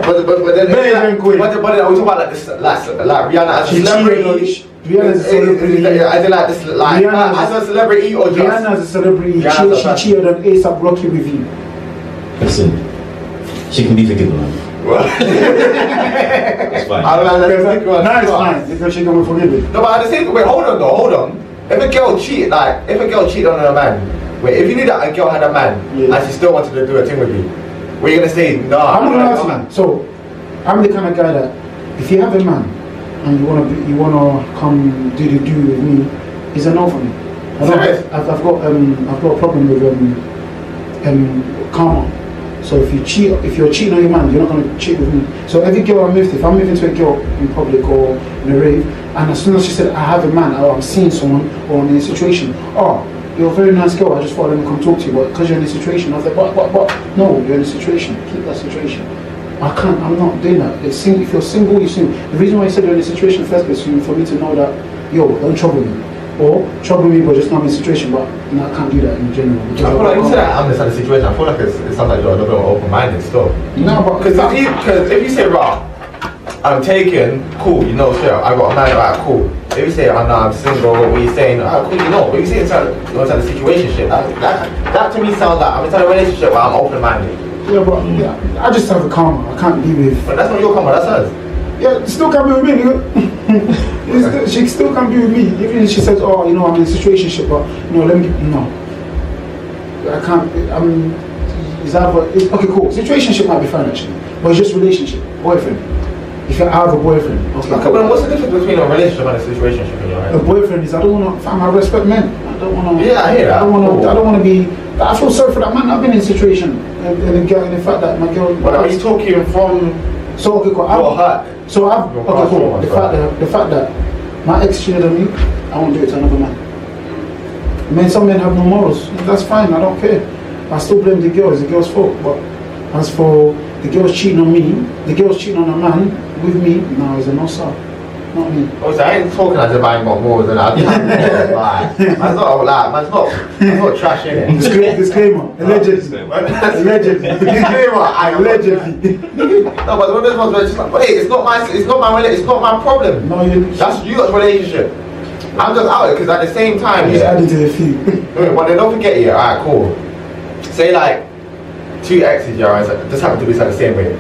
Speaker 1: But, but, but then,
Speaker 2: Benjamin Quinn.
Speaker 1: But, but then I was talking about like this, like, like Rihanna as a
Speaker 2: She
Speaker 1: celebrity.
Speaker 2: cheated on- Rihanna is a
Speaker 1: Is- is- is-
Speaker 2: celebrity.
Speaker 1: Is it like this, like,
Speaker 2: Rihanna
Speaker 1: uh,
Speaker 2: is-
Speaker 1: as a celebrity or just?
Speaker 2: Rihanna as a celebrity, she,
Speaker 1: Rihanna's a
Speaker 2: she
Speaker 1: fan.
Speaker 2: cheated on ASAP Rocky with you.
Speaker 5: Listen, she can be forgiven. man. That's fine.
Speaker 1: I don't know, that's a good one.
Speaker 2: Now it's fine uh, because she can be forgiven.
Speaker 1: No, but at the same wait, hold on though, hold on. If a girl cheat, like, if a girl cheated on her man, wait, if you knew that a girl had a man
Speaker 2: Yeah.
Speaker 1: and she still wanted to do a thing with you, were you gonna say, no?
Speaker 2: I'm not gonna lie to you. So I'm the kind of guy that if you have a man and you wanna be, you wanna come do the do with me, it's a no for me. I don't,
Speaker 1: Serious?
Speaker 2: I've, I've got um, I've got a problem with um, um, karma. So if you cheat, if you're cheating on your man, you're not gonna cheat with me. So every girl I moved, if I'm moving to a girl in public or in a rave, and as soon as she said I have a man or I'm seeing someone or I'm in a situation, oh, you're a very nice girl. I just thought let me come talk to you, but because you're in a situation, I was like, but but but no, you're in a situation. Keep that situation. I can't. I'm not doing that. It's sing, if you're single, you're single. The reason why I said you're in a situation first place is for me to know that yo, don't trouble me. Or trouble me, but just not in a situation. But no, I can't do that in general. because
Speaker 1: I feel
Speaker 2: I've got
Speaker 1: like you
Speaker 2: karma.
Speaker 1: said I understand the situation. I feel like it's, it sounds like you're a little bit more open-minded still.
Speaker 2: No, but
Speaker 1: Because if you, cause if you say, right, I'm taken, cool, you know, sure, I got a man, alright, cool. If you say, oh no, I'm single, what you're saying, alright, cool, you know, what you're saying inside, you know, inside the situation shit, that, that, that to me sounds like I'm inside a relationship where I'm open-minded.
Speaker 2: yeah, but yeah, I just have a karma. I can't be with.
Speaker 1: But that's not your comment, that's hers.
Speaker 2: Yeah, it still can be with me. nigga. It still- she still can be with me, even if she says, "Oh, you know, I'm in a situation, but you know, let me no." I can't. I mean, is that what? It's, okay, cool. Situationship might be fine actually, but it's just relationship, boyfriend. If you have a boyfriend, okay.
Speaker 1: Okay, but what's the difference between a relationship and a situationship in your
Speaker 2: a
Speaker 1: head?
Speaker 2: boyfriend is I don't wanna fam, I respect men. I don't wanna
Speaker 1: Yeah, I hear that.
Speaker 2: I don't wanna
Speaker 1: Cool.
Speaker 2: I don't wanna be I feel sorry for that man, I've been in a situation and, and the girl and the fact that my girl
Speaker 1: But are you talking from
Speaker 2: so okay cool I-
Speaker 1: your heart?
Speaker 2: so I've
Speaker 1: Your
Speaker 2: okay cool
Speaker 1: past
Speaker 2: the
Speaker 1: traumas, right?
Speaker 2: fact that the fact that my ex cheated on me, I won't do it to another man. Men some men have no morals. That's fine, I don't care. I still blame the girl, it's the girl's fault. But as for the girl's cheating on me, the girl's cheating on a man with me, no, it's a no sir. Not me.
Speaker 1: Obviously, I ain't talking as if I ain't got morals and I can't lie. Man's not a lie, man's not, man's not trash in it.
Speaker 2: Disclaimer, disclaimer allegedly. Allegedly.
Speaker 1: Disclaimer, I am not trash.
Speaker 2: Allegedly.
Speaker 1: No, but one of those ones where it's just like, wait, it's not my, it's not my, rela- it's not my problem.
Speaker 2: No, you
Speaker 1: That's you lot's relationship. I'm just out because at the same time,
Speaker 2: just
Speaker 1: yeah.
Speaker 2: added to the few.
Speaker 1: Wait, well, then don't forget, yeah. Alright, cool. Say like two exes, yeah. Right, so- just happen to be inside the same way.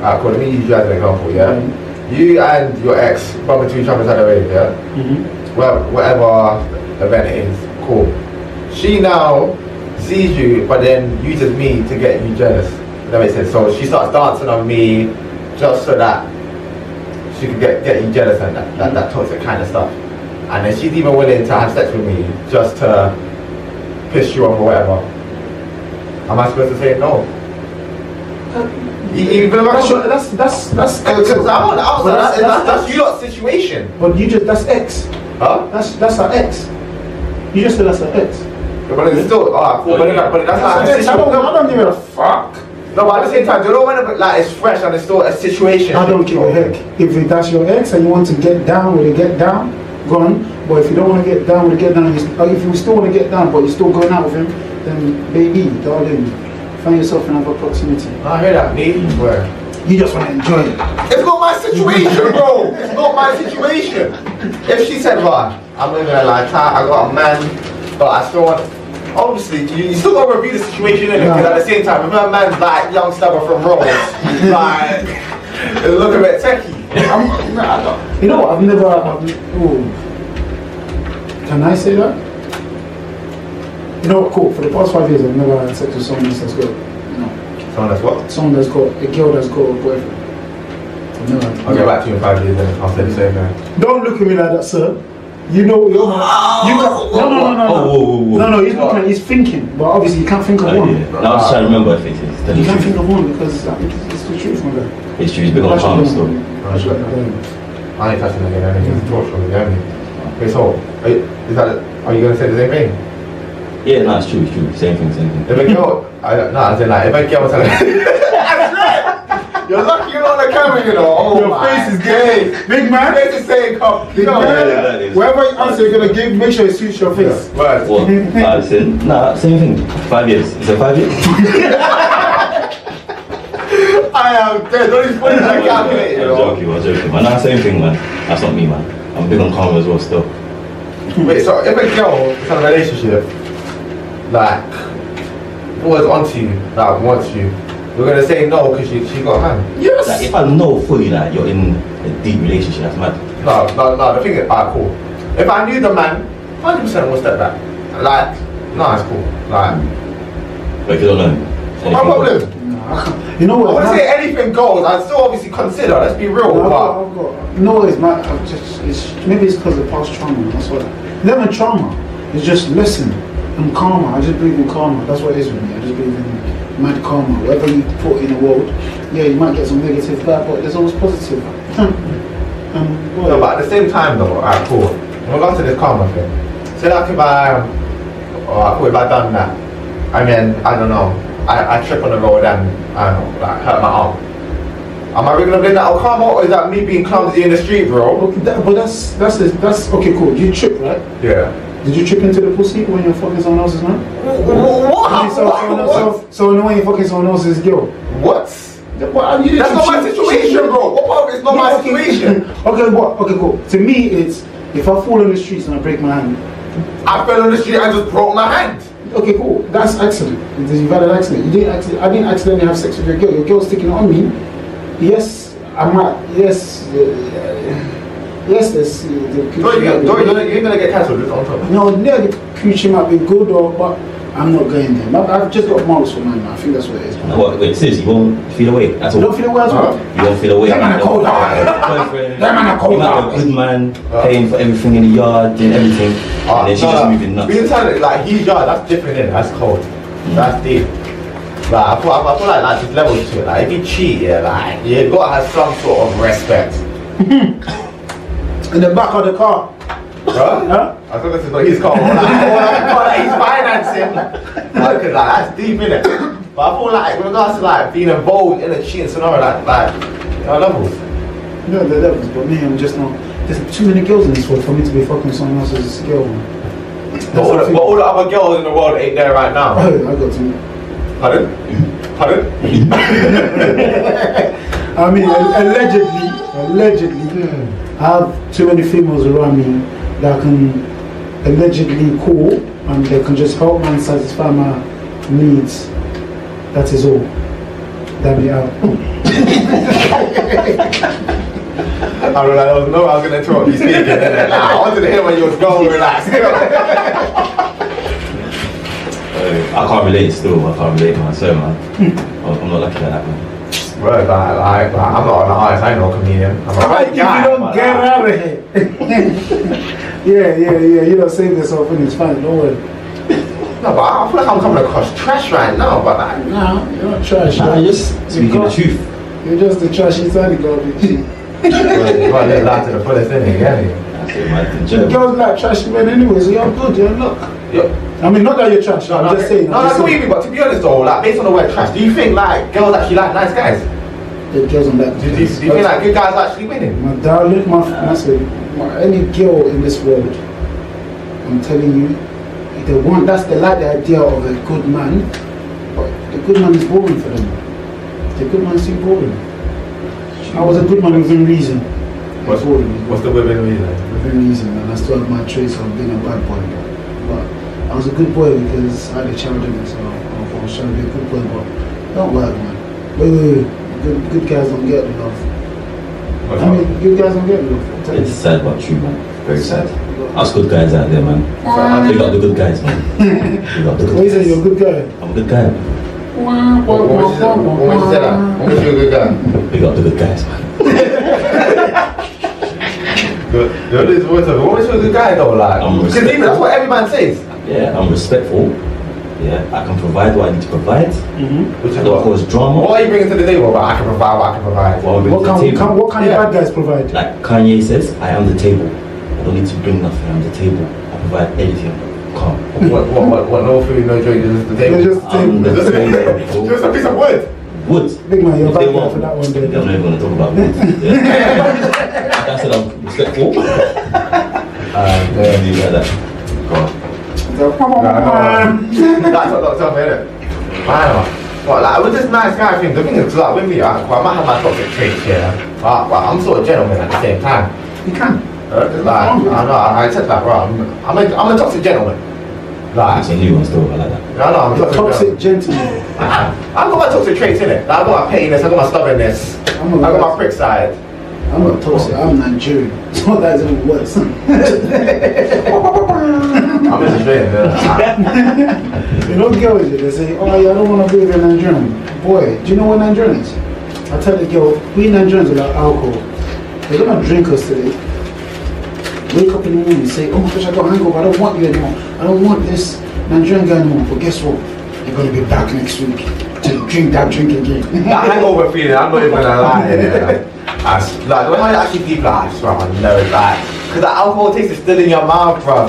Speaker 1: Alright, cool. Let me use you as an example, yeah. You and your ex bump into each other inside the way, yeah. well, whatever event it is, cool. She now sees you, but then uses me to get you jealous. If That makes sense. So she starts dancing on me just so that she can get, get you jealous and that, that, that toxic kind of stuff. And then she's even willing to have sex with me just to piss you off or whatever. Am I supposed to say no? E- Even if
Speaker 2: That's, your,
Speaker 1: I'm
Speaker 2: that's that's that's
Speaker 1: because I'm on the
Speaker 2: But
Speaker 1: outside,
Speaker 2: that's-
Speaker 1: that's, that's,
Speaker 2: that's-
Speaker 1: that's, your lot's situation,
Speaker 2: But you just that's X.
Speaker 1: huh?
Speaker 2: That's that's our X. You just said that's our X.
Speaker 1: But it's still, alright, cool. But, then, but that's not.
Speaker 2: That's our X. I don't, I don't give a fuck.
Speaker 1: No, but at the same time, they don't want to like it's fresh and it's still a situation.
Speaker 2: I don't give a heck. If it- that's your ex and you want to get down with a get down, gone. But if you don't want to get down with a get down, you, st- uh, if you still want to get down but you're still going out with him, then baby, darling, find yourself another proximity.
Speaker 1: I hear that, me. Where?
Speaker 2: You just want to enjoy it.
Speaker 1: It's not my situation, bro. It's not my situation. If she said, right, I'm living a life, I got a man, but I still want. Obviously, you, you still gotta review the situation, innit? Because at the same time, if a man's like young stubborn from Rhodes, like, it'll look a bit techie.
Speaker 2: I'm, nah, I don't- you know what? I've never. I've, ooh. Can I say that? You know what? Cool. For the past five years, I've never had sex with someone else that's got, you know,
Speaker 1: Someone that's what?
Speaker 2: someone that's got a girl that's got a boyfriend. I've never.
Speaker 1: I'll get back to you in five years then. I'll say the same thing.
Speaker 2: Don't look at me like that, sir. You know you're. You can, no, no, no, no, no.
Speaker 5: Oh, whoa, whoa, whoa.
Speaker 2: No, no. He's looking. At, he's thinking, but obviously you can't think of
Speaker 5: Oh,
Speaker 2: one.
Speaker 5: yeah. I was trying to remember if it is. Tell
Speaker 2: You
Speaker 5: the
Speaker 2: can't
Speaker 5: truth.
Speaker 2: think of one because I think it's, it's the truth, my guy.
Speaker 5: It's true, it's big on palms though.
Speaker 2: That's right.
Speaker 1: I ain't touching again, I ain't torture me, I mean. Wait, so, are you, is that, are you gonna say the same thing?
Speaker 5: Yeah, no, it's true, it's true. Same thing, same thing.
Speaker 1: If a girl, I don't know, I said like, if a girl tells You're lucky you're not on the camera, you know. Oh
Speaker 2: Your
Speaker 1: my
Speaker 2: face is
Speaker 1: gay.
Speaker 2: Big
Speaker 1: My
Speaker 2: man.
Speaker 1: face is saying, come, you
Speaker 2: Big
Speaker 1: know.
Speaker 2: man.
Speaker 5: yeah, that is-
Speaker 2: Wherever you answer, you're gonna give. Make sure it suits your face.
Speaker 1: But,
Speaker 5: What? I said, nah, same thing. Five years. Is it five years?
Speaker 1: I am dead. Don't even put it like calculate, you
Speaker 5: I'm
Speaker 1: know.
Speaker 5: joking, I'm joking. But nah, same thing, man. That's not me, man. I'm big on karma as well, still.
Speaker 1: Wait, so if a girl is in a relationship, like, who is onto you, that wants you, you're gonna say no because she, she got a man.
Speaker 2: Yes.
Speaker 5: Like, if I know fully that you're in a deep relationship, that's mad.
Speaker 1: No, no, no, the thing is, alright, cool. If I knew the man, 100% would step back. Like, no, it's cool. Like,
Speaker 5: But if you don't know him, anything
Speaker 1: my
Speaker 5: goes.
Speaker 1: problem.
Speaker 2: You know
Speaker 1: I
Speaker 2: what?
Speaker 1: wouldn't
Speaker 2: man?
Speaker 1: say anything goes. I'd still obviously consider, let's be real,
Speaker 2: I've
Speaker 1: but.
Speaker 2: got, I've got, no, it's my, I've just, it's, maybe it's because of past trauma, that's what, not a trauma, it's just listen, I'm karma, I just believe in karma, that's what it is with me, I just believe in mad karma, whatever you put in the world, yeah, you might get some negative back, but there's always positive. um,
Speaker 1: No, but at the same time though, alright, cool. In regards to this karma thing, say like if I, um, alright, cool, if I done that, and then, I don't know, I, I trip on the road and, I don't know, like, hurt my arm. Am I really gonna blame that on karma, or is that me being clumsy in the street, bro?
Speaker 2: okay, that, but that's, that's, it, that's, okay, cool, you trip, right?
Speaker 1: Yeah.
Speaker 2: Did you trip into the pussy when you're fucking someone else's man?
Speaker 1: Wh- wh- What?
Speaker 2: So, so, so,
Speaker 1: What?
Speaker 2: so, so, no, when you're fucking someone else's girl.
Speaker 1: What?
Speaker 2: Well, you
Speaker 1: That's not my
Speaker 2: she- she-
Speaker 1: situation, bro. What part of it's not my situation?
Speaker 2: okay, what? Okay, cool. To me, it's if I fall on the streets and I break my hand.
Speaker 1: I fell on the street and just broke my hand.
Speaker 2: Okay, cool. That's accident. It is- You've had an accident. You didn't accident. I didn't accidentally have sex with your girl. Your girl's sticking on me. Yes, I might. Yes, uh, yes. There's. Uh, the
Speaker 1: No, you, no, you're, gonna- you're gonna get cancelled. Just on top.
Speaker 2: no, no, the creature might be good or, but I'm not going there. I've- I've just got morals for mine. man. I think that's what it is.
Speaker 5: No, but wait, seriously, you won't feel away. That's all.
Speaker 2: You don't feel well as well.
Speaker 1: Huh?
Speaker 5: You won't feel away.
Speaker 2: Them man
Speaker 5: You
Speaker 2: are
Speaker 5: don't-
Speaker 2: cold hearted.
Speaker 5: Boyfriend.
Speaker 2: Them man are cold
Speaker 5: You might have a
Speaker 2: hearted.
Speaker 5: good man paying for everything in the yard, doing everything,
Speaker 1: Ah,
Speaker 5: and then she's just moving nuts.
Speaker 1: Being talented, like he's young, that's different. Then that's cold. That's deep. Like I feel, I feel like like there's levels to it. Like if you cheat, yeah, like you gotta have some sort of respect,
Speaker 2: In the back of the car.
Speaker 1: bro.
Speaker 2: Huh?
Speaker 1: I thought this is not his car. Like, like, he's financing. Like, 'cause, like that's deep in it. But I feel like with regards to like being involved in a cheating scenario, like like you know, levels.
Speaker 2: No, the levels, but me, I'm just not. There's too many girls in this world for me to be fucking someone else's girl. man.
Speaker 1: But all, the, but all the other girls in the world ain't there right now.
Speaker 2: Oh, I got to.
Speaker 1: Pardon? Pardon?
Speaker 2: I mean, al- allegedly, allegedly, I have too many females around me that I can allegedly call and they can just help me and satisfy my needs. That is all. That me out.
Speaker 1: I was like, oh, no, I was gonna interrupt you speaking. And then, like, I wanted to hear where you was going with that.
Speaker 5: I can't relate still, I can't relate, man. Sorry, man. I'm I'm not lucky like that, man.
Speaker 1: Bro, like, like, like, I'm not an artist, I ain't no comedian. I'm a
Speaker 2: If
Speaker 1: right
Speaker 2: you
Speaker 1: guy.
Speaker 2: don't
Speaker 1: but,
Speaker 2: get
Speaker 1: like,
Speaker 2: out of here. yeah, yeah, yeah. You don't save yourself and it's fine. Don't worry.
Speaker 1: No, but I feel like I'm coming across trash right now, but like,
Speaker 2: Nah, you're not trash.
Speaker 5: Nah,
Speaker 2: man.
Speaker 5: you're just speaking the truth.
Speaker 2: You're just a trash inside the garbage.
Speaker 1: you gotta live life to the fullest, innit? Yeah, innit?
Speaker 5: That's it, man.
Speaker 2: The
Speaker 5: Enjoy. man.
Speaker 2: girls like trashy men anyway, so you're good, you're luck.
Speaker 1: Yeah.
Speaker 2: I mean, not that you're trash,
Speaker 1: No,
Speaker 2: I'm
Speaker 1: no,
Speaker 2: just saying.
Speaker 1: no,
Speaker 2: I'm
Speaker 1: that's
Speaker 2: just
Speaker 1: what you mean, but to be honest though, like, based on the word trash, do you think, like, girls actually like nice guys?
Speaker 2: saying. The girls on that.
Speaker 1: Do, do, do you think, like, good guys actually winning?
Speaker 2: My darling, my fiance, my, any girl in this world, I'm telling you, they want, that's the like the idea of a good man, but the good man is boring for them. The good man's too boring. I was a good man within reason.
Speaker 1: What's,
Speaker 2: boring?
Speaker 1: what's the women reason?
Speaker 2: within reason, and I still have my traits of being a bad boy. But I was a good boy because I had a childhood, so I was trying to be a good boy, but don't work, man. Wait, wait, wait. Good, good guys don't get love.
Speaker 1: What's
Speaker 2: I
Speaker 1: up?
Speaker 2: mean, good guys don't get love. I'm telling
Speaker 5: It's
Speaker 2: you.
Speaker 5: sad but true, man. Very sad. Us good guys out there, man. Big up the good guys, man. Big up the
Speaker 2: What
Speaker 5: good
Speaker 2: you say? You're a good
Speaker 5: guys.
Speaker 2: guy.
Speaker 5: I'm a good guy. man.
Speaker 1: What what would you say? What would you say that? What would you say a good guy?
Speaker 5: Big up the good guys, man.
Speaker 1: Good. The only voice of, what would you say a good guy though, like?
Speaker 5: I'm
Speaker 1: Because even that's what every man says.
Speaker 5: Yeah, I'm respectful. Yeah, I can provide what I need to provide.
Speaker 1: Which is
Speaker 5: I don't
Speaker 1: what?
Speaker 5: cause drama.
Speaker 1: What are you bringing to the table? But I can provide what I can provide.
Speaker 5: What I bring
Speaker 2: What
Speaker 5: to the
Speaker 2: can,
Speaker 5: table.
Speaker 2: can, what can
Speaker 1: Yeah.
Speaker 2: bad guys provide?
Speaker 5: Like Kanye says, I am the table. I don't need to bring nothing. I'm the table. I provide everything. Come.
Speaker 1: what, what, what, what, no food, no drink, just the table.
Speaker 2: You're just
Speaker 5: I'm the
Speaker 1: Just-
Speaker 5: table.
Speaker 1: just a piece of wood.
Speaker 5: Wood.
Speaker 2: Big man, you're
Speaker 5: If they
Speaker 2: back there
Speaker 5: want-
Speaker 2: for that one,
Speaker 5: They're
Speaker 2: dude.
Speaker 5: not even going to talk about wood. Yeah. Like I said, I'm respectful. Um, yeah, you like that. God.
Speaker 1: No, no, no. That's what locked up, innit? Man, But like with this nice guy thing, the thing is like with me, I, I might have my toxic traits, yeah. But, but I'm sort of gentleman at the same time. You can. Uh, like I know, I, I said like, bro, I'm, I'm a, I'm a toxic gentleman. Like,
Speaker 5: That's a new one still, I like that.
Speaker 1: I know, I'm a toxic.
Speaker 2: Toxic
Speaker 1: gentleman.
Speaker 2: gentleman.
Speaker 1: I got my toxic traits in it. Like, I got my pettiness, I got my stubbornness,
Speaker 2: I'm
Speaker 1: I
Speaker 2: a
Speaker 1: got my
Speaker 2: guy.
Speaker 1: prick side.
Speaker 2: I'm not toxic. I'm Nigerian. So that's even worse.
Speaker 1: I'm just saying. Yeah.
Speaker 2: You know girls, they say, oh, yeah, I don't want to be with a Nigerian. Boy, do you know what Nigerian is? I tell the girl, we Nigerians are like alcohol. They're going to drink us today. Wake up in the morning and say, oh my gosh, I got hangover. I don't want you anymore. I don't want this Nigerian guy anymore. But guess what? You're going to be back next week to drink that drink again.
Speaker 1: that hangover feeling, I'm not even gonna lie. Yeah. I, s- like, when I actually deep, like, I swear, I know it's like, because the alcohol taste is still in your mouth, bro.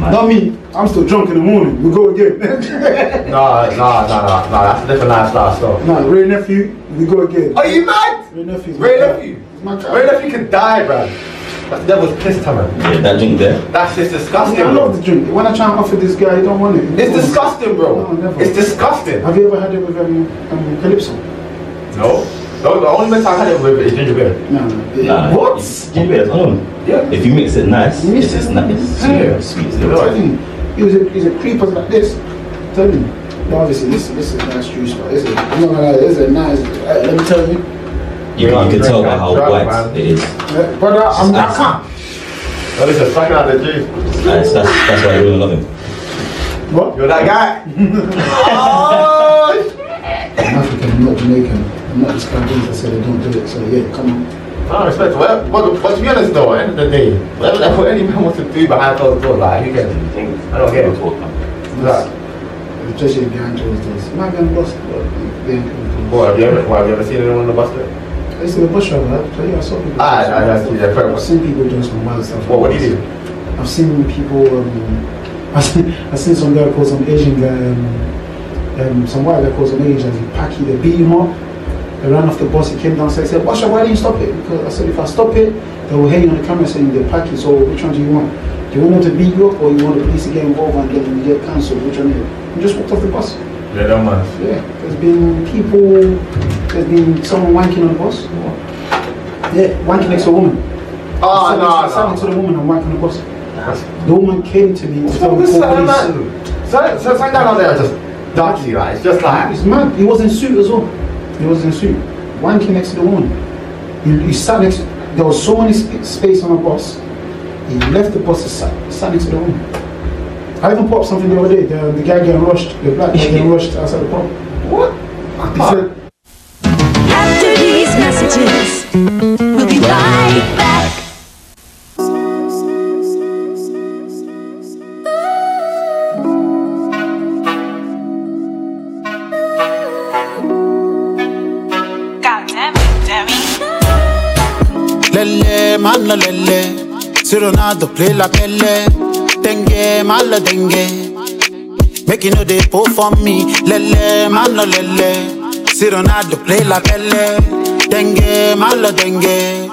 Speaker 5: Man.
Speaker 2: Not me. I'm still drunk in the morning. We go again.
Speaker 1: No, no, no, no, no, that's a different lifestyle stuff.
Speaker 2: no, Ray Nephew, we go again.
Speaker 1: Are you mad?
Speaker 2: Ray Nephew's
Speaker 1: Ray
Speaker 2: my guy.
Speaker 1: Nephew.
Speaker 2: He's my guy.
Speaker 1: Ray Nephew could die, bro. That's the devil's piss man.
Speaker 5: Yeah, that drink there.
Speaker 1: That's just
Speaker 2: I,
Speaker 1: disgusting,
Speaker 2: mean, I love
Speaker 1: bro.
Speaker 2: the drink. When I try and offer this guy, he don't want it.
Speaker 1: It's disgusting,
Speaker 2: No,
Speaker 1: bro.
Speaker 2: never.
Speaker 1: It's disgusting.
Speaker 2: Have you ever had it with um, um, Calypso?
Speaker 1: No. The, the only mess I had it with is ginger beer.
Speaker 2: No. no.
Speaker 5: Nah,
Speaker 1: What?
Speaker 5: it's- Give it alone.
Speaker 1: Yeah.
Speaker 5: If you mix it nice,
Speaker 2: You mix
Speaker 5: it's just
Speaker 2: it.
Speaker 5: nice.
Speaker 1: Yeah.
Speaker 5: Sweet, sweet.
Speaker 1: You know, I think-
Speaker 2: He was a, he's a creeper like this. Tell me. Well, obviously, this, this is nice juice, but this is, I'm not gonna lie, this is a nice, uh, let me tell you.
Speaker 5: You,
Speaker 1: Yeah,
Speaker 5: you can
Speaker 1: drink
Speaker 5: tell by
Speaker 1: that
Speaker 5: how
Speaker 1: drug,
Speaker 5: white
Speaker 1: man.
Speaker 5: it is.
Speaker 2: Uh, brother, I'm, I can't.
Speaker 1: No, this is sucking out the juice.
Speaker 5: Nice. That's that's why I really love him.
Speaker 2: What?
Speaker 1: You're that guy. oh,
Speaker 2: I'm African, I'm not Jamaican. I'm not this kind of thing, I said I don't do it, so yeah, come on.
Speaker 1: I respect. Well, but, but to be honest though, at the end of the day, whatever the hell any man wants to do behind closed doors, like you can. I don't get it. Like,
Speaker 2: Especially behind closed doors. Might be on bus, but behind closed doors.
Speaker 1: boy, have you ever, boy, have you ever seen anyone in the bus? there?
Speaker 2: I used to be a bus driver, I tell you, I saw people.
Speaker 1: Ah, I- I see, yeah, fair enough.
Speaker 2: I've seen people doing some wild stuff.
Speaker 1: What? What do you do?
Speaker 2: I've seen people. Um, I've seen, I've seen some guy called some Asian guy, um, um, some white guy called some Asian. He packed it, they beat him up. They ran off the bus. He came down. So I said, "Washa, why didn't you stop it?" Because I said, "If I stop it, they will hang on the camera saying they're packing. So which one do you want? Do you want them to beat you up, or you want the police to get involved and get them get cancelled? Which one?" Is it? He just walked off the bus.
Speaker 1: Yeah, don't mind.
Speaker 2: Yeah, there's been people. There's been someone wanking on the bus. Yeah, wanking next to a woman.
Speaker 1: Oh,
Speaker 2: Sat next- sat next
Speaker 1: no,
Speaker 2: to the
Speaker 1: no.
Speaker 2: woman and wanking on the bus. The woman came to me and
Speaker 1: What's
Speaker 2: said,
Speaker 1: wrong with
Speaker 2: "Oh,
Speaker 1: Saturday
Speaker 2: please."
Speaker 1: night? Saturday- so Saturday night out there is just dirty, right? It's just like,
Speaker 2: It's mad. He was in suit as well. He was in suit. Wanking next to the woman. He, he sat next. There was so many sp- space on the bus. He left the bus and sat, sat next to the woman. I even popped something the other day. The, the guy getting rushed. The black guy getting rushed outside the pub.
Speaker 1: what?
Speaker 2: He said,
Speaker 6: After these messages, we'll be right back.
Speaker 7: Lele, mano lele. Si Ronaldo play like Pele. Dengue, malo dengue. Make you know they pull for me. Lele, mano lele. Si Ronaldo play like Pele. Dengue, malo dengue.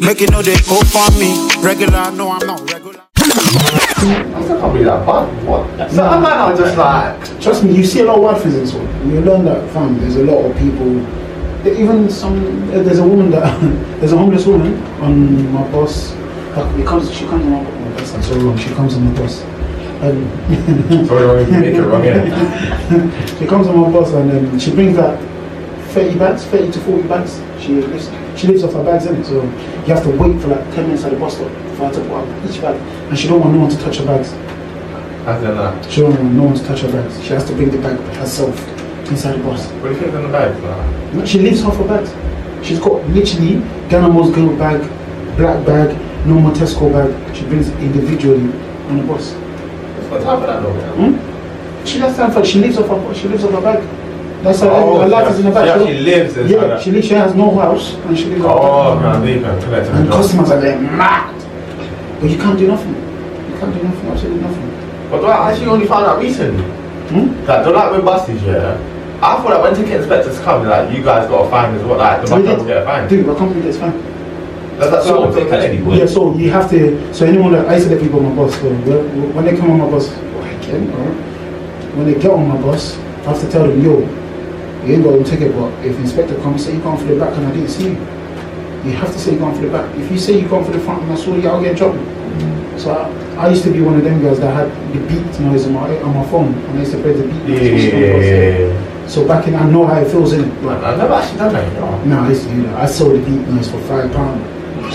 Speaker 7: Make you know they pull for me. Regular, no, I'm not regular.
Speaker 1: I'm still probably like, what? What? So I'm not just like,
Speaker 2: Trust me, you see a lot of wild things in this world. You learn that, fam, there's a lot of people. there- Even some, there- there's a woman that, there's a homeless woman on my bus. Like, it comes, she comes on my my bus. I'm so wrong. She comes on my bus. And
Speaker 1: sorry, wrong, you make it wrong, yeah.
Speaker 2: she comes on my bus and um, she brings that 30 bags, 30 to 40 bags. She lives, she lives off her bags in it. So you have to wait for like 10 minutes at the bus stop for her to put out each bag. And she don't want no one to touch her bags.
Speaker 1: How's that not?
Speaker 2: She don't want no one to touch her bags. She has to bring the bag herself inside the bus.
Speaker 1: What do you think on the bags, man?
Speaker 2: No, She lives off her bags. She's got literally Ghana Most Girl bag, black bag, normal Tesco bag. She brings individually on the bus.
Speaker 1: It's got time for that, though, man.
Speaker 2: She does time for she lives off her she lives off her bag. That's how
Speaker 1: Oh,
Speaker 2: her life
Speaker 1: yeah.
Speaker 2: is in the bag.
Speaker 1: Yeah,
Speaker 2: don't-
Speaker 1: she lives inside
Speaker 2: Yeah,
Speaker 1: that.
Speaker 2: she lives. She has no house and she lives.
Speaker 1: Oh,
Speaker 2: off her bag.
Speaker 1: man, leave him, connect
Speaker 2: And
Speaker 1: him. But
Speaker 2: customers are like mad, but you can't do nothing. You can't do nothing. Absolutely nothing.
Speaker 1: do I actually only found out recently?
Speaker 2: Hmm?
Speaker 1: Like, don't like with buses, yeah? I thought that when ticket inspectors come, like, you guys got a fine as well, like, the bus drivers get a fine.
Speaker 2: Dude, my company gets fined.
Speaker 1: That's that's
Speaker 5: So
Speaker 1: what
Speaker 5: if they
Speaker 1: I'm
Speaker 5: catch
Speaker 1: saying.
Speaker 5: people,
Speaker 2: Yeah, so you have to. So anyone that I used to let people on my bus. So when when they come on my bus, oh, I can, alright. when they get on my bus, I have to tell them, yo, You ain't got to take it, but if inspector comes, say you gone for the back and I didn't see you. You have to say you gone for the back. If you say you gone for the front and I saw you, I'll get in trouble.
Speaker 1: Mm.
Speaker 2: So I, I used to be one of them guys that had the beat noise on my, on my phone and I used to play the beat. noise on my phone.
Speaker 1: Yeah.
Speaker 2: So back in, I know how it feels in it. Like,
Speaker 1: I never actually done that, you know.
Speaker 2: nah, I used to do that. I sold the beat noise for five pounds.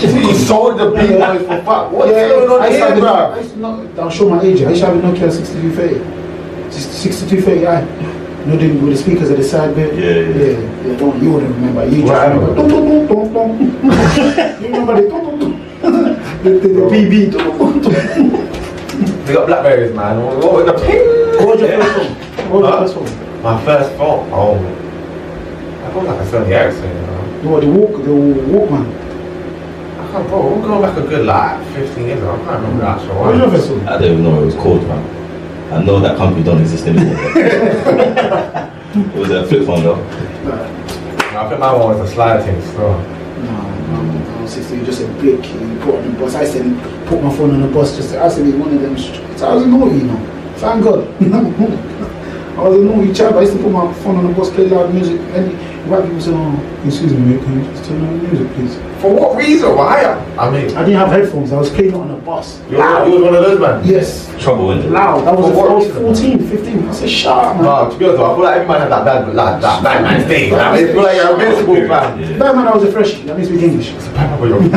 Speaker 1: You sold the beat noise for fuck. What's going on
Speaker 2: I used to
Speaker 1: here,
Speaker 2: have a-
Speaker 1: bro?
Speaker 2: I used to not, I'll tá, show my age. I used to have a Nokia 6230. 6230, aye. You know, the, with the speakers at the side bit.
Speaker 5: Yeah, yeah.
Speaker 2: yeah. yeah. don't, you wouldn't remember. You just
Speaker 1: Right.
Speaker 2: remember. Dum, dum, dum, dum, dum. you remember the dum, dum, dum. The, the, the
Speaker 1: Bro.
Speaker 2: BB. Dum, dum, dum.
Speaker 1: We got Blackberries, man. What what was the ping?
Speaker 2: What was your first phone? What was your first phone?
Speaker 1: My first phone. Oh. I feel like I Sony Ericsson, you know.
Speaker 2: You know, the walk, the Walkman.
Speaker 1: I can't, bro, we're going back a good, like, 15 years ago. I can't remember the actual
Speaker 2: What was
Speaker 1: one.
Speaker 2: your first phone?
Speaker 5: I don't even know what it was called, man. I know that company don't exist anymore. it was a flip phone though.
Speaker 2: Nah.
Speaker 1: I think my one was a slide thing, so.
Speaker 2: No, no, no, Um, sister, you just a brick. You put on the bus. I said, put my phone on the bus. Just I said, be one of them. sh- So I was naughty, you know. Thank God. I was a naughty child. I used to put my phone on the bus, play loud music, and white people said, "Oh, excuse me, mate, can you just turn on the music, please?"
Speaker 1: For what reason? Why? Ah. I mean,
Speaker 2: I didn't have headphones. I was playing it on the bus.
Speaker 1: you was, you was one of those, man.
Speaker 2: Yes.
Speaker 5: Trouble in it.
Speaker 2: Loud. I was,
Speaker 1: For what
Speaker 2: I was
Speaker 1: reason?
Speaker 2: 14, 15. I said, "Shut up, man."
Speaker 1: No, to be honest, I feel like every man had that bad, like, that bad man thing. I mean, I feel like you're invincible, man.
Speaker 5: Yeah.
Speaker 2: That man, I was a freshie. That means we English.
Speaker 1: It's a bad man, you're-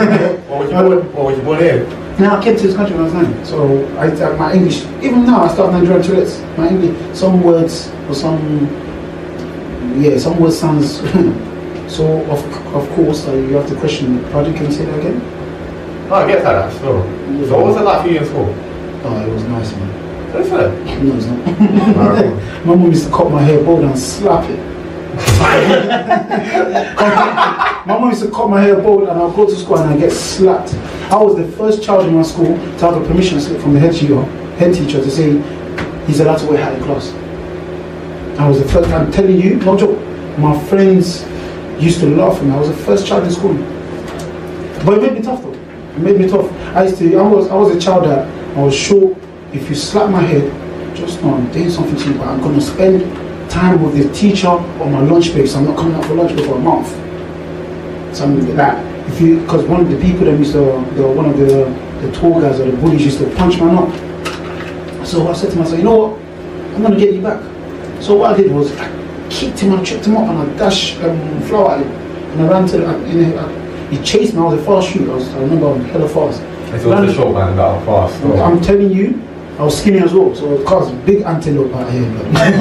Speaker 1: What was you born? What was you born in?
Speaker 2: Now I came to this country when I was nine, so I, I my English. Even now, I start Nigerian Tourette's. My English, some words or some, yeah, some words sounds. so of of course, uh, you have to question. Pardon, can you say that again?
Speaker 1: No, Oh, I guess I that still. So what was it like for you in school?
Speaker 2: Oh, it was nice, man.
Speaker 1: Listen.
Speaker 2: No, it's not. my mum used to cut my hair bald and slap it. my mum used to cut my hair bald, and I'll go to school and I get slapped. I was the first child in my school to have a permission slip from the head teacher, head teacher to say he's allowed to wear a hat in class. I was the first. I'm telling you, no joke. My friends used to laugh at me. I was the first child in school, but it made me tough though. It made me tough. I used to. I was. I was a child that I was sure if you slap my head, just know I'm doing something to you, but I'm gonna spend time with the teacher on my lunch break. So I'm not coming out for lunch break for a month something like that. If you, because one of the people that used to, the, one of the, the tour guys or the bullies used to punch man up. So I said to myself, you know what? I'm gonna get you back. So what I did was I kicked him, I tripped him up, and I dashed um, flour at him, and I ran to, I, in, I, he chased me. I was a fast shooter. I, was, I remember I was hella fast.
Speaker 1: It's also
Speaker 2: Ran-
Speaker 1: the short man that are fast. so-
Speaker 2: I'm telling you, I was skinny as well, so it caused big antelope out here. But,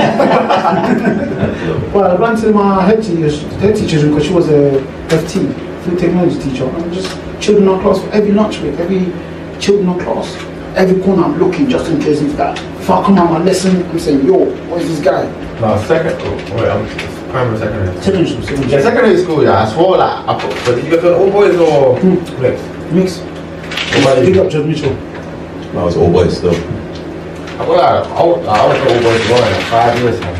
Speaker 2: well, I ran to my head teacher, head teacher's room because she was a FT, food technology teacher. I'm just children on class for every lunch break, every children on class, every corner I'm looking just in case if that. If I come out my lesson, I'm saying, yo, what is this guy?
Speaker 1: No, second. oh, Wait, I'm it's primary secondary.
Speaker 2: Secondary school, secondary
Speaker 1: Yeah, secondary school. Yeah, I swore like I put. Hmm. But did you go to an all boys or mixed?
Speaker 2: school. Mix.
Speaker 1: What about
Speaker 2: Big
Speaker 1: you?
Speaker 2: up George Mitchell.
Speaker 5: I was all boys
Speaker 1: I
Speaker 5: though.
Speaker 1: was like, I was I was to all boys for like five years. Man.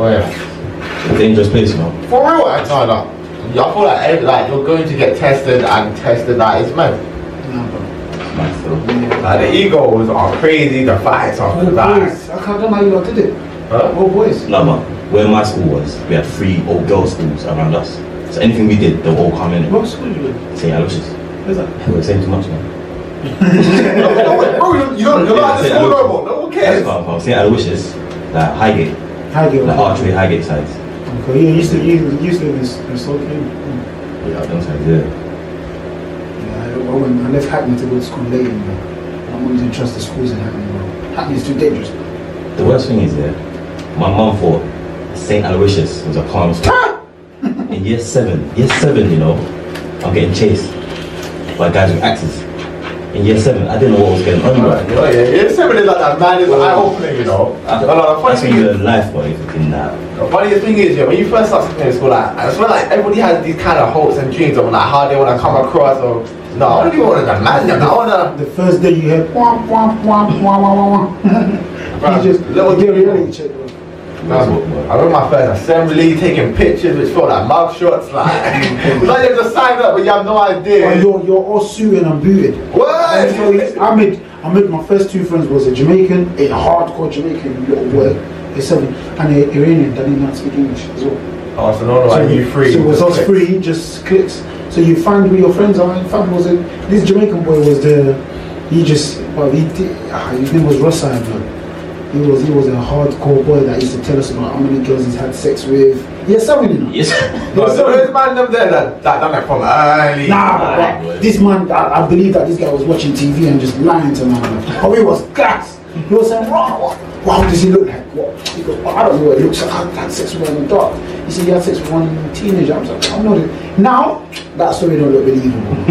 Speaker 1: Oh yeah.
Speaker 5: It's a dangerous place, you know.
Speaker 1: For real, I no, no. Yeah, I feel like every, like you're going to get tested and tested. Like it's mad.
Speaker 2: Nah, bro.
Speaker 5: Man, still.
Speaker 1: Like the egos are crazy. The fights are
Speaker 2: Oh,
Speaker 1: like.
Speaker 2: boys. I can't I don't know how you lot did it.
Speaker 1: Huh?
Speaker 2: Oh, boys.
Speaker 5: No, man. Where my school was, we had three all girls schools around us. So anything we did, they would all come in and
Speaker 2: What school you in?
Speaker 5: say Aloysius.
Speaker 2: Where's that?
Speaker 5: They were saying too much, man.
Speaker 1: No, no, wait, bro, you- you don't. You're not at the
Speaker 5: Yeah,
Speaker 1: school
Speaker 5: yeah.
Speaker 1: no more. No one
Speaker 5: That's
Speaker 1: cares.
Speaker 5: what I was saying Aloysius, like Highgate,
Speaker 2: Highgate.
Speaker 5: like archery Highgate sides.
Speaker 2: Okay, yeah, you used to, you you used to live in, S- in Stoke Hill.
Speaker 5: Yeah, them sides, yeah.
Speaker 2: Yeah, I, I, went, I left Hackney to go to school late. You know. My mum didn't trust the schools in Hackney. Bro. Hackney's too dangerous.
Speaker 5: The worst thing is, yeah, my mum thought St. Aloysius was a calm school. In year seven, year seven, you know, I'm getting chased by guys with axes. In year seven, I didn't know what was going on, bro.
Speaker 1: Alright, Yeah, yeah, yeah. Similar like that man is eye opening, you know.
Speaker 5: I-
Speaker 1: No, no, the funny
Speaker 5: That's
Speaker 1: thing
Speaker 5: when
Speaker 1: is,
Speaker 5: you're in life, boy, if you can, uh,
Speaker 1: The funniest thing is, yeah, when you first start secondary school, like, I swear, like, everybody has these kind of hopes and dreams of, like, how they want to come across, or, no, I want to be one of the man, you know, I want
Speaker 2: The first day you heard, wah, wah, wah, wah, wah, wah, wah.
Speaker 1: Bruh,
Speaker 2: you just,
Speaker 1: little
Speaker 2: you get a
Speaker 1: people.
Speaker 2: reality check, bro.
Speaker 1: to... I remember my first assembly, taking pictures, which felt like mug shots, like, it's like you just signed up, but you have no
Speaker 2: Or
Speaker 1: idea.
Speaker 2: you're, you're all suited and booted.
Speaker 1: What?
Speaker 2: So I made, I made my first two friends was a Jamaican, a hardcore Jamaican little boy, a a seven, and an Iranian that did not speak English as well.
Speaker 1: Oh, so no, no, are you free?
Speaker 2: So it was
Speaker 1: Just
Speaker 2: us
Speaker 1: click.
Speaker 2: free, just clicks. So you find who your friends are. In fact, was a, this Jamaican boy was the, he just, well, he, did- ah, his name was Rossai, man. He was, he was a hardcore boy that used to tell us about how many girls he's had sex with. He had seven in
Speaker 5: Yes.
Speaker 1: No, so there's man them there that that done it from early.
Speaker 2: Nah, but this man, I, I believe that this guy was watching TV and just lying to man. Oh, he was gas. He was saying, wow, what, wow, does he look like? What? He goes, "Well, I don't know what he looks like. I had sex with one in the dark. He said, he had sex with one teenager. I was like, I'm not. a-" Now, that story don't look believable.
Speaker 1: I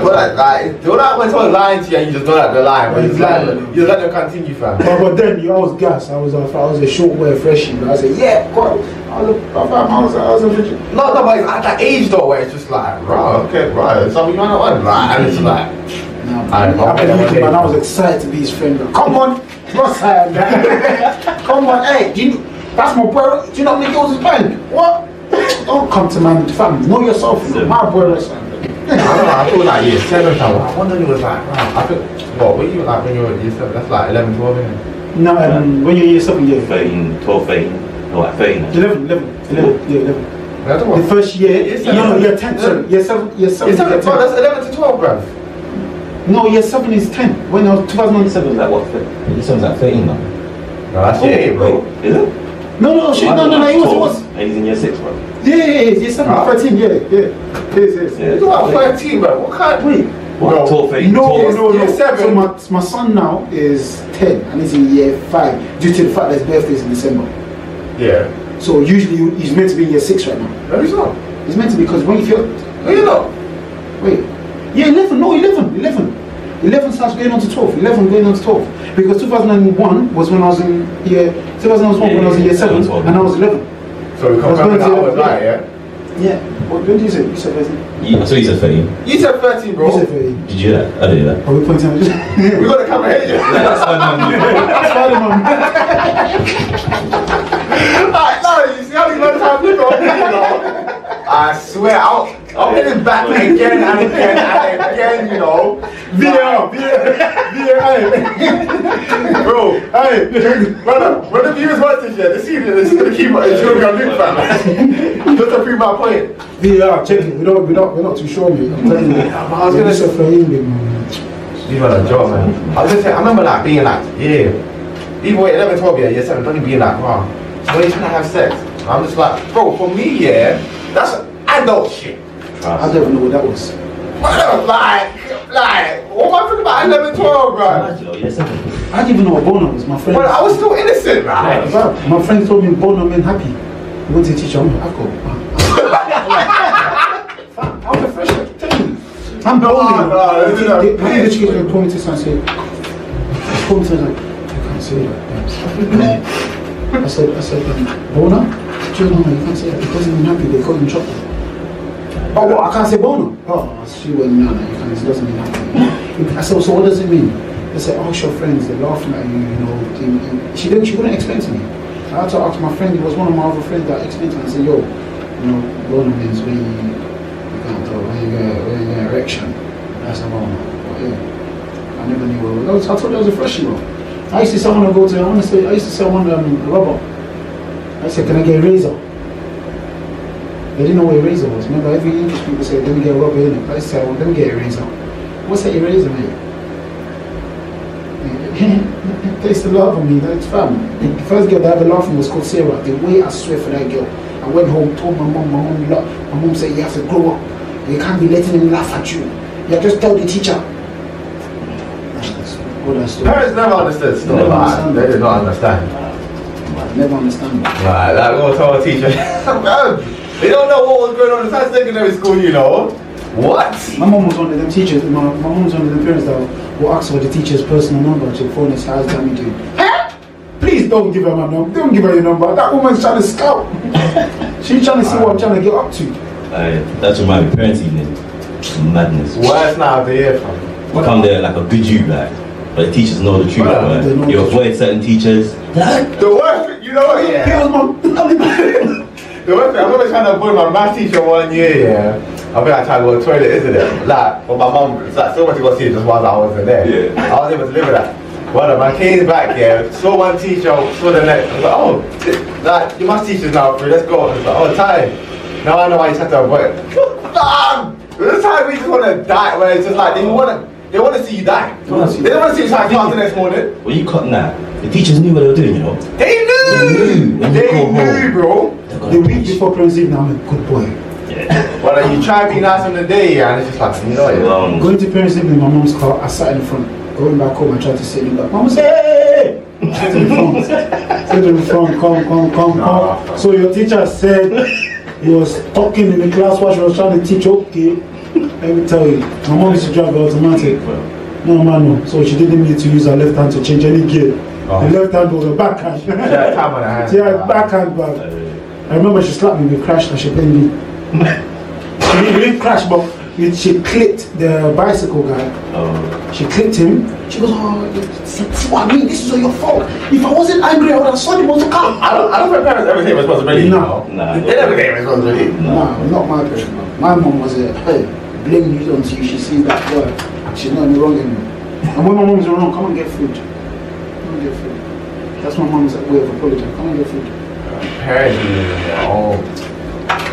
Speaker 1: feel like like do that when someone's lying to you and you just know that they're lying, but you just let them, you just let them continue, fam.
Speaker 2: but, but then, yeah, I was gas. I was, a, I was a short boy freshie. But I said, yeah, God. I was, a- I was, a- I was a virgin.
Speaker 1: No, no, but it's at that age though where it's just like, right, okay, right, so you might not want right, and it's like,
Speaker 2: Now,
Speaker 1: I
Speaker 2: I,
Speaker 1: know.
Speaker 2: believed him and I was excited to be his friend. Like, Come on, Ross, I am, man. Come on, hey, do you, that's my brother. Do you know me? It was his band. What? Don't come to my family. Know yourself. you know, My brother.
Speaker 1: I don't know, I feel like year seven, fam. I wonder it was like, right, I feel, what were you like when you were in year seven? That's like 11, 12, innit?
Speaker 2: No, um, when you're year seven, year
Speaker 5: 13, 12, 13. No, like 13.
Speaker 2: 11, 11, 11, yeah, 11.
Speaker 1: Yeah, that's what-
Speaker 2: The first year,
Speaker 1: Year
Speaker 2: year
Speaker 1: seven.
Speaker 2: no, year 10, sorry, year 7, year oh, 7,
Speaker 1: Year
Speaker 2: is year
Speaker 1: seven, bro,
Speaker 2: 10.
Speaker 1: that's 11 to 12, bruv.
Speaker 2: No, year 7 is 10. When I was 2007.
Speaker 5: Like what? This one's like 13 now.
Speaker 1: No, that's year eight, bro.
Speaker 5: Wait, is it?
Speaker 2: No, no, shit, no, no, no, it was, it was.
Speaker 5: And he's in year 6, bro.
Speaker 2: Yeah, yeah, yeah, year 7,
Speaker 1: Ah.
Speaker 2: 13, yeah, yeah. Yes, yes.
Speaker 5: Yeah.
Speaker 1: You are 13, bro. What kind of week?
Speaker 5: What?
Speaker 1: No.
Speaker 5: 12, 13.
Speaker 2: No,
Speaker 5: 12.
Speaker 2: no, no.
Speaker 1: Year seven.
Speaker 2: So my, my son now is 10 and he's in year 5 due to the fact that his birthday is in December.
Speaker 1: Yeah.
Speaker 2: So usually you- he's meant to be in year 6 right now.
Speaker 1: No, he's not.
Speaker 2: He's meant to be because when if you're.
Speaker 1: No, you're not.
Speaker 2: Wait. Yeah, 11. No, 11. 11. 11 starts going on to 12. 11 going on to 12. Because 2001 was when I was in year. 2001 when I was in year
Speaker 5: Yeah,
Speaker 2: 7
Speaker 5: 12.
Speaker 2: and I was 11.
Speaker 1: So we
Speaker 2: I was
Speaker 1: confirmed that
Speaker 2: going
Speaker 1: I
Speaker 2: to-
Speaker 1: was right, yeah?
Speaker 2: Yeah. What when did you say? You said 13.
Speaker 5: Yeah, so he said 13.
Speaker 1: You said 13, bro.
Speaker 2: You said 13.
Speaker 5: Did you do that? I did that.
Speaker 2: Are we pointing at
Speaker 1: We got a camera here. yeah.
Speaker 5: That's
Speaker 2: Oh,
Speaker 5: how mum knew.
Speaker 1: Like, no, you see how many times I've been on you know? I swear, I'll, I'll hit him back again and again and again, you know. Video, Bro, hey, brother, when the viewers watch this, yeah, this evening, this is gonna keep it's gonna be on loop, fam. Just to prove my point.
Speaker 2: VR, check it. We don't, we don't, we're not too sure, mate. I'm telling you. I
Speaker 1: was gonna-
Speaker 2: You said 13, big man.
Speaker 1: You got a job, man. I was just saying, I remember like being like, yeah, even with 11, 12, yeah, yeah, 7, don't even being like, wow, when you trying to have sex? I'm just like, bro, for me, yeah, that's adult shit.
Speaker 2: I don't even know what that was.
Speaker 1: Bro, like, like, what am I thinking about 11, 12, bro?
Speaker 5: Imagine, oh, year 7.
Speaker 2: I didn't even know what boner was. My friend.
Speaker 1: But I was still innocent, right?
Speaker 2: Bruh, my friend told me boner made happy. He went to teach him alcohol. I'm a freshman. tell you. I'm
Speaker 1: No,
Speaker 2: boner.
Speaker 1: no,
Speaker 2: I
Speaker 1: this is
Speaker 2: think
Speaker 1: a
Speaker 2: the- I think the
Speaker 1: bitch.
Speaker 2: chicken will pull me to and say, pull me to like, I can't say that. babes." I said, I said, um, boner? Do you know, you can't say that. It doesn't mean happy, they call him chocolate. Oh, what? I can't say boner. Oh, she went, no, no, you can't. It doesn't mean nothing. I said, so what does it mean? They said, ask your friends. They're laughing at you, you know. do you- you-" She didn't. She wouldn't explain to me. I had to ask my friend. It was one of my other friends that explained to me. I said, yo, you know, boner means when you, you can't tell when you get when you get an erection. I said, well, yeah. I never knew what it was. I thought that was a freshie one. I used to see someone go to. I want to say. I used to see someone um, a robber. I said, can I get a razor? They didn't know what eraser was. Remember, every English people say, let me get a rubber in it. I said, well, let me get eraser. What's an eraser, mate? they used to laugh at me. That's fam. The first girl that I ever laughed at was called Sarah. The way I swear for that girl. I went home, told my mom, my mom laughed. My mom said, you have to grow up. You can't be letting them laugh at you. You just tell the teacher. What a story.
Speaker 1: Parents never understood still,
Speaker 2: Never
Speaker 1: like,
Speaker 2: understand.
Speaker 1: they did not understand.
Speaker 2: I never understand
Speaker 1: Like,
Speaker 2: that.
Speaker 1: like, we were told teacher, Bro, they don't know what was going on inside secondary school, you know? What?
Speaker 2: My mom was one of them teachers. My, my mom was one of them parents that will ask for the teacher's personal number to phone us. How's Tammy doing? Huh? Please don't give her my number. Don't give her your number. That woman's trying to scout. She's trying to see what I'm trying to get up to.
Speaker 5: Uh, that's what my parents' evening. Madness.
Speaker 1: Worst night of the year, fam.
Speaker 5: You come there like a good you, like. But the teachers know the truth,
Speaker 1: Right,
Speaker 2: they know
Speaker 5: man. You
Speaker 2: the
Speaker 5: avoid certain teachers.
Speaker 1: The worst, you know what?
Speaker 2: Here was my.
Speaker 1: The worst thing, I remember trying to avoid my math teacher one year, yeah. I mean, I tried to go to the toilet, isn't it? Like, but my mom, it's like, so much you got to see just while I wasn't there.
Speaker 5: Yeah.
Speaker 1: I was able to live with that. But One of my came back, yeah, saw one teacher, saw the next. I was like, oh, th- that, you must teachers now, free, let's go. I was like, oh, time. Now I know why you had to avoid it. Damn! This time we just want to die, where it's just like, they want to they wanna see you die. They
Speaker 5: wanna see you
Speaker 1: don't want to see you try to class the next morning.
Speaker 5: When you cut that, the teachers knew what they were doing, you know.
Speaker 1: They knew!
Speaker 5: They knew.
Speaker 1: They knew, bro.
Speaker 5: They're
Speaker 2: The
Speaker 5: gonna
Speaker 2: week
Speaker 5: preach.
Speaker 2: before Christmas Eve, now I'm a good boy.
Speaker 1: But like, you try to be nice on the day, yeah, and it's just like, you know, yeah.
Speaker 5: Long.
Speaker 2: Going to parents' evening in my mom's car, I sat in the front. Going back home, I tried to sit in the back. Mom said, hey! Sit in the front. Sit in the front, come, come, come,
Speaker 1: Nah.
Speaker 2: come. So your teacher said he was talking in the class while she was trying to teach, okay. Let me tell you, my mom used to drive an automatic. No manual. So she didn't need to use her left hand to change any gear.
Speaker 1: Oh.
Speaker 2: The left hand was a backhand.
Speaker 1: She had uh, time on her hands.
Speaker 2: she had backhand, but I remember she slapped me, we crashed and she blamed me. she didn't really crash, but we- she clipped the bicycle guy.
Speaker 5: Oh,
Speaker 2: She clipped him. She goes, oh, you- see what I mean? This is all your fault. If I wasn't angry, I would have saw the motor come.
Speaker 1: I don't, I don't think parents ever take responsibility.
Speaker 2: No.
Speaker 1: you know?
Speaker 5: Nah.
Speaker 1: They never take responsibility.
Speaker 2: Nah, not my parents. man. My mom was a, hey, blame you until she sees that word. She's not in the wrong anymore. And when my mom's around, come and get food. Come and get food. That's my mom's way of apologizing. Come and get food.
Speaker 1: Parents, oh,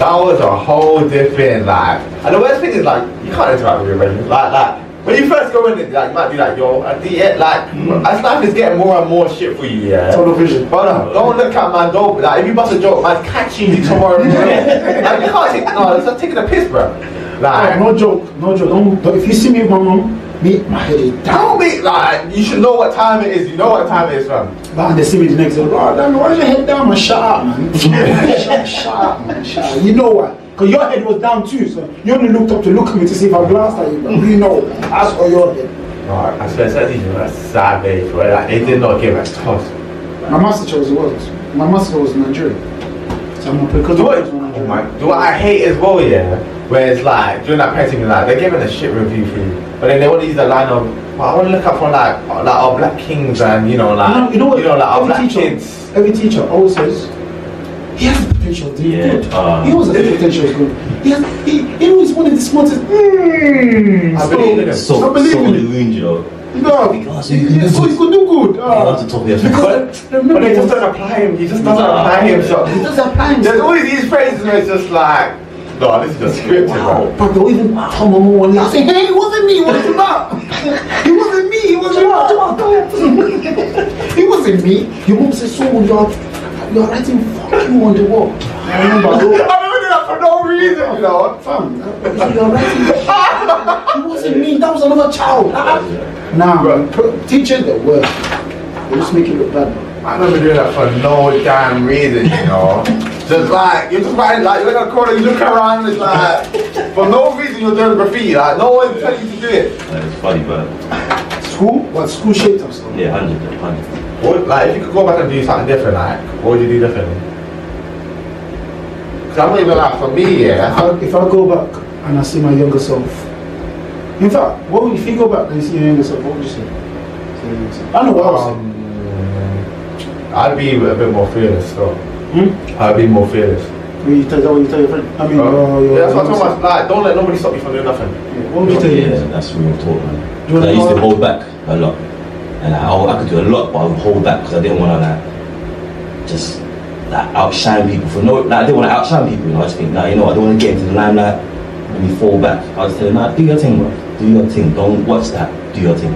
Speaker 1: that was a whole different like. And the worst thing is like you can't interact with your relatives like that. When you first go in, it like might be like yo, I think yeah, like as life is getting more and more shit for you, Mm. yeah.
Speaker 2: Television.
Speaker 1: Brother, don't look at my dog. Like, if you bust a joke, man's catching you tomorrow. bro. like, you can't take, no, it's not taking a piss, bro. Like,
Speaker 2: Ah, no joke, no joke. Don't, don't, if you see me with my mom, me, my head is
Speaker 1: don't
Speaker 2: down.
Speaker 1: be, like, you should know what time it is. You know what time it is, fam.
Speaker 2: Man, they see me the next day. Oh, damn, why's your head down, man? Shut up, man. shut, shut up, man. Shut up. You know what? Because your head was down too, so you only looked up to look at me to see if I glanced at you. But you know, that's for your head.
Speaker 1: No, I swear, some teachers are savage, bro. Like, they did not give a toss.
Speaker 2: My master teacher was was. My master was Nigerian. So I'm a
Speaker 1: Do
Speaker 2: precursor.
Speaker 1: it. Oh my, do what I hate as well, yeah. Where it's like during that parenting, like they're giving a shit review for you, but then they want to use the line of, well, I want to look up for like, uh, like our black kings and Uh, you know, like
Speaker 2: You know, you know what?
Speaker 1: like our
Speaker 2: every
Speaker 1: black
Speaker 2: teacher,
Speaker 1: kids.
Speaker 2: every teacher always says, he has the potential to do
Speaker 5: Yeah,
Speaker 2: good.
Speaker 5: uh,
Speaker 2: he always has the potential to do good. He, has, he, he always wanted the smartest. Mm,
Speaker 1: I believe in him.
Speaker 5: so,
Speaker 2: I
Speaker 5: so
Speaker 2: believe in
Speaker 5: in
Speaker 2: it.
Speaker 5: the wound, you know.
Speaker 2: No,
Speaker 5: so you can
Speaker 2: yeah,
Speaker 5: do
Speaker 2: so
Speaker 5: good.
Speaker 2: he could do good.
Speaker 5: You
Speaker 2: Ah.
Speaker 5: want to talk yes.
Speaker 1: But, but they just don't apply him. He just doesn't
Speaker 5: Nah.
Speaker 1: apply himself.
Speaker 2: He doesn't apply himself.
Speaker 1: There's always these phrases where it's just like, no, this is just scripted,
Speaker 2: Wow,
Speaker 1: bro.
Speaker 2: but they'll even come on one last say, hey, it wasn't me, it wasn't that. It wasn't me, it wasn't that. It wasn't me. Your mom said, so you're, you're writing fuck you on the wall. I remember, oh,
Speaker 1: I remember that for no reason, you know.
Speaker 2: fam, you're writing It wasn't me, that was another child. Nah,
Speaker 1: Bro.
Speaker 2: pr- teachers, they work. They just make it look bad.
Speaker 1: I remember doing that for no damn reason, you know. just like you're just writing like you're in a corner, you look around, it's like for no reason you're doing graffiti, like no one's telling you to do it.
Speaker 5: It's funny, but
Speaker 2: School? What, school shaped us. though.
Speaker 5: yeah, hundred, hundred.
Speaker 1: What, like if you could go back and do something different, like what would you do differently? Cause I'm not even like for me, yeah.
Speaker 2: If I, if I go back and I see my younger self, in fact, what would, if you go back and see your younger self, what would you say? Say your younger self. I know what I was.
Speaker 1: Um, I'd be a bit more fearless, so
Speaker 2: Hmm?
Speaker 1: I'd be more fearless.
Speaker 2: When you tell, is that what you tell your friend? I mean, uh,
Speaker 1: Bro.
Speaker 2: your
Speaker 1: Oh, Yeah, that's what I'm
Speaker 2: younger
Speaker 1: talking
Speaker 2: self.
Speaker 1: about. Like, don't let nobody stop you from doing nothing.
Speaker 2: Yeah, What would you tell your
Speaker 5: Yeah,
Speaker 2: younger self?
Speaker 5: that's real talk, man.
Speaker 2: Do you
Speaker 5: 'Cause I used to
Speaker 2: wanna-
Speaker 5: hold back a lot, and I, I could do a lot, but I would hold back because I didn't want to like just like outshine people for no. Like, I didn't want to outshine people. You know, I just think, nah, you know, I don't want to get into the limelight. Let me fall back. I was telling, nah, do your thing, bro. Do your thing. Don't watch that. Do your thing.